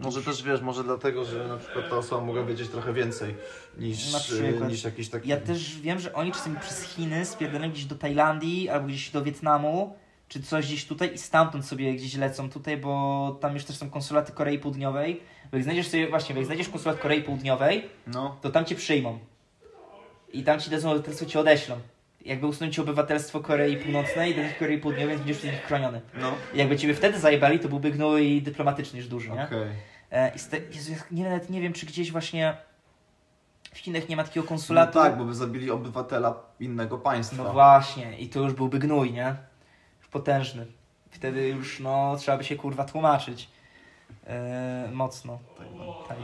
Speaker 3: Może też wiesz, może dlatego, że na przykład ta osoba mogła wiedzieć trochę więcej
Speaker 2: Na
Speaker 3: niż,
Speaker 2: przykład.
Speaker 3: e, niż jakiś taki.
Speaker 2: Ja też wiem, że oni czasami przez Chiny spierdolą gdzieś do Tajlandii albo gdzieś do Wietnamu, czy coś gdzieś tutaj i stamtąd sobie gdzieś lecą tutaj, bo tam już też są konsulaty Korei Południowej. Bo Jak znajdziesz sobie, właśnie, bo jak znajdziesz konsulat Korei Południowej,
Speaker 3: No.
Speaker 2: to tam cię przyjmą. I tam ci dadzą obywatelstwo, cię odeślą. Jakby usunąć ci obywatelstwo Korei Północnej i dać Korei Południowej, więc będziesz przez nich chroniony.
Speaker 3: No.
Speaker 2: I jakby ciebie wtedy zajebali, to byłby gnój dyplomatyczny już duży, nie?
Speaker 3: Okej.
Speaker 2: E, I ste- Jezu, ja nie, nawet nie wiem, czy gdzieś właśnie w Chinach nie ma takiego
Speaker 3: No
Speaker 2: konsulatu.
Speaker 3: tak, bo by zabili obywatela innego państwa.
Speaker 2: No właśnie, i to już byłby gnój, nie? Potężny. Wtedy już, no, trzeba by się kurwa tłumaczyć. Yy, mocno. Tak.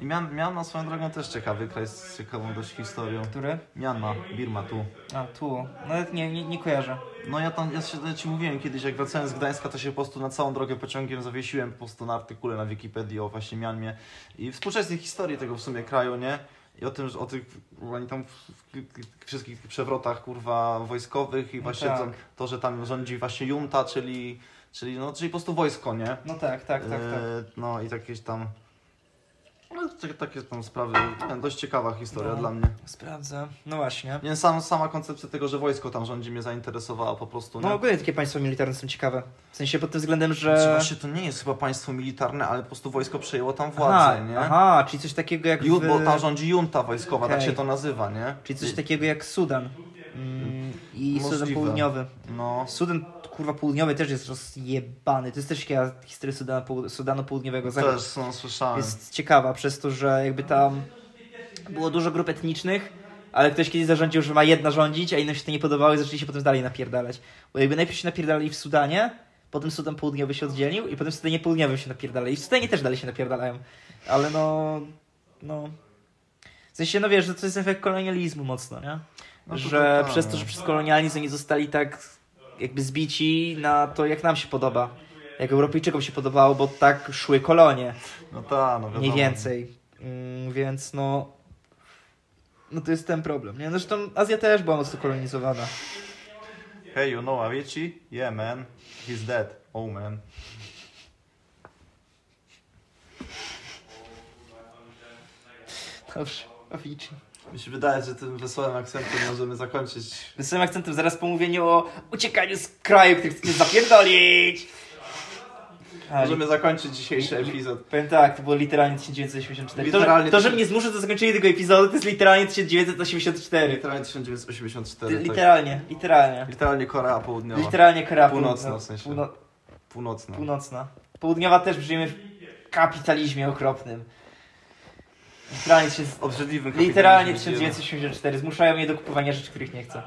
Speaker 3: I Mian, Mianma swoją drogą też ciekawy kraj z ciekawą dość historią.
Speaker 2: Który?
Speaker 3: Mianma, Birma tu.
Speaker 2: A, tu. Nawet nie, nie, nie kojarzę.
Speaker 3: No ja tam, ja się, ja ci mówiłem kiedyś, jak wracałem z Gdańska, to się po prostu na całą drogę pociągiem zawiesiłem po prostu na artykule na Wikipedii o właśnie Mianmie i współczesnej historii tego w sumie kraju, nie? I o tym, że o tych, oni tam w, w, w wszystkich tych przewrotach, kurwa, wojskowych i
Speaker 2: No
Speaker 3: właśnie
Speaker 2: tak.
Speaker 3: to, to, że tam rządzi właśnie junta, czyli, czyli, no, czyli po prostu wojsko, nie?
Speaker 2: No tak, tak, tak, tak.
Speaker 3: E, No i jakieś tam, no, takie- takie tam sprawy, Ten, dość ciekawa historia
Speaker 2: No.
Speaker 3: dla mnie.
Speaker 2: Sprawdzę. No właśnie.
Speaker 3: Nie, sam, sama koncepcja tego, że wojsko tam rządzi mnie zainteresowała po prostu, nie?
Speaker 2: No ogólnie takie państwa militarne są ciekawe. W sensie pod tym względem,
Speaker 3: Znaczy
Speaker 2: że...
Speaker 3: właśnie to nie jest chyba państwo militarne, ale po prostu wojsko przejęło tam władzę,
Speaker 2: Aha,
Speaker 3: nie?
Speaker 2: aha, czyli coś takiego jak
Speaker 3: Ju,
Speaker 2: w...
Speaker 3: bo tam rządzi junta wojskowa, tak
Speaker 2: Okej.
Speaker 3: się to nazywa, nie?
Speaker 2: Czyli coś takiego jak Sudan. Mm, I Sudan
Speaker 3: Możliwe.
Speaker 2: Południowy.
Speaker 3: No,
Speaker 2: Sudan, kurwa, południowy też jest rozjebany. To jest też taka historia Sudana, Połu- Sudanu Południowego. Za-
Speaker 3: też no, słyszałem.
Speaker 2: Jest ciekawa przez to, że jakby tam było dużo grup etnicznych, ale ktoś kiedyś zarządził, że ma jedna rządzić, a innym się to nie podobało i zaczęli się potem dalej napierdalać. Bo jakby najpierw się napierdalali w Sudanie, potem Sudan Południowy się oddzielił i potem w Sudanie Południowym się napierdalali. I w Sudanie też dalej się napierdalają. Ale no... no... W sensie, no wiesz, że to jest efekt kolonializmu mocno, nie?
Speaker 3: No to
Speaker 2: że
Speaker 3: tak.
Speaker 2: przez to, że przez kolonializm oni zostali tak jakby zbici na to, jak nam się podoba. Jak Europejczykom się podobało, bo tak szły kolonie.
Speaker 3: No tak, no wiadomo.
Speaker 2: Mniej więcej. Mm, więc no. No to jest ten problem. Nie? Zresztą Azja też była mocno kolonizowana.
Speaker 3: Hey, you know Avicii? Yeah, man. He's dead. Oh, man.
Speaker 2: Dobrze, Avicii.
Speaker 3: Mi się wydaje, że tym wesołym akcentem możemy zakończyć.
Speaker 2: Wysokim akcentem zaraz po mówieniu o uciekaniu z kraju, który chcecie zapierdolić. Ale
Speaker 3: Możemy zakończyć dzisiejszy epizod.
Speaker 2: Powiem tak, to było literalnie 1984. To, że,
Speaker 3: Literalnie
Speaker 2: to, że
Speaker 3: tysiąc-
Speaker 2: mnie zmusza do zakończenia tego epizodu, to jest literalnie 1984.
Speaker 3: Literalnie 1984. tak.
Speaker 2: Literalnie, literalnie.
Speaker 3: Literalnie Korea Południowa.
Speaker 2: Literalnie Korea
Speaker 3: Północna
Speaker 2: Południowa.
Speaker 3: w sensie.
Speaker 2: Półno-
Speaker 3: Północna.
Speaker 2: Północna. Południowa też żyjemy w kapitalizmie okropnym. Literalnie, się,
Speaker 3: Obrzydliwym kapitalizmem
Speaker 2: literalnie
Speaker 3: żyjemy.
Speaker 2: 1984. Zmuszają mnie do kupowania rzeczy, których nie chcę.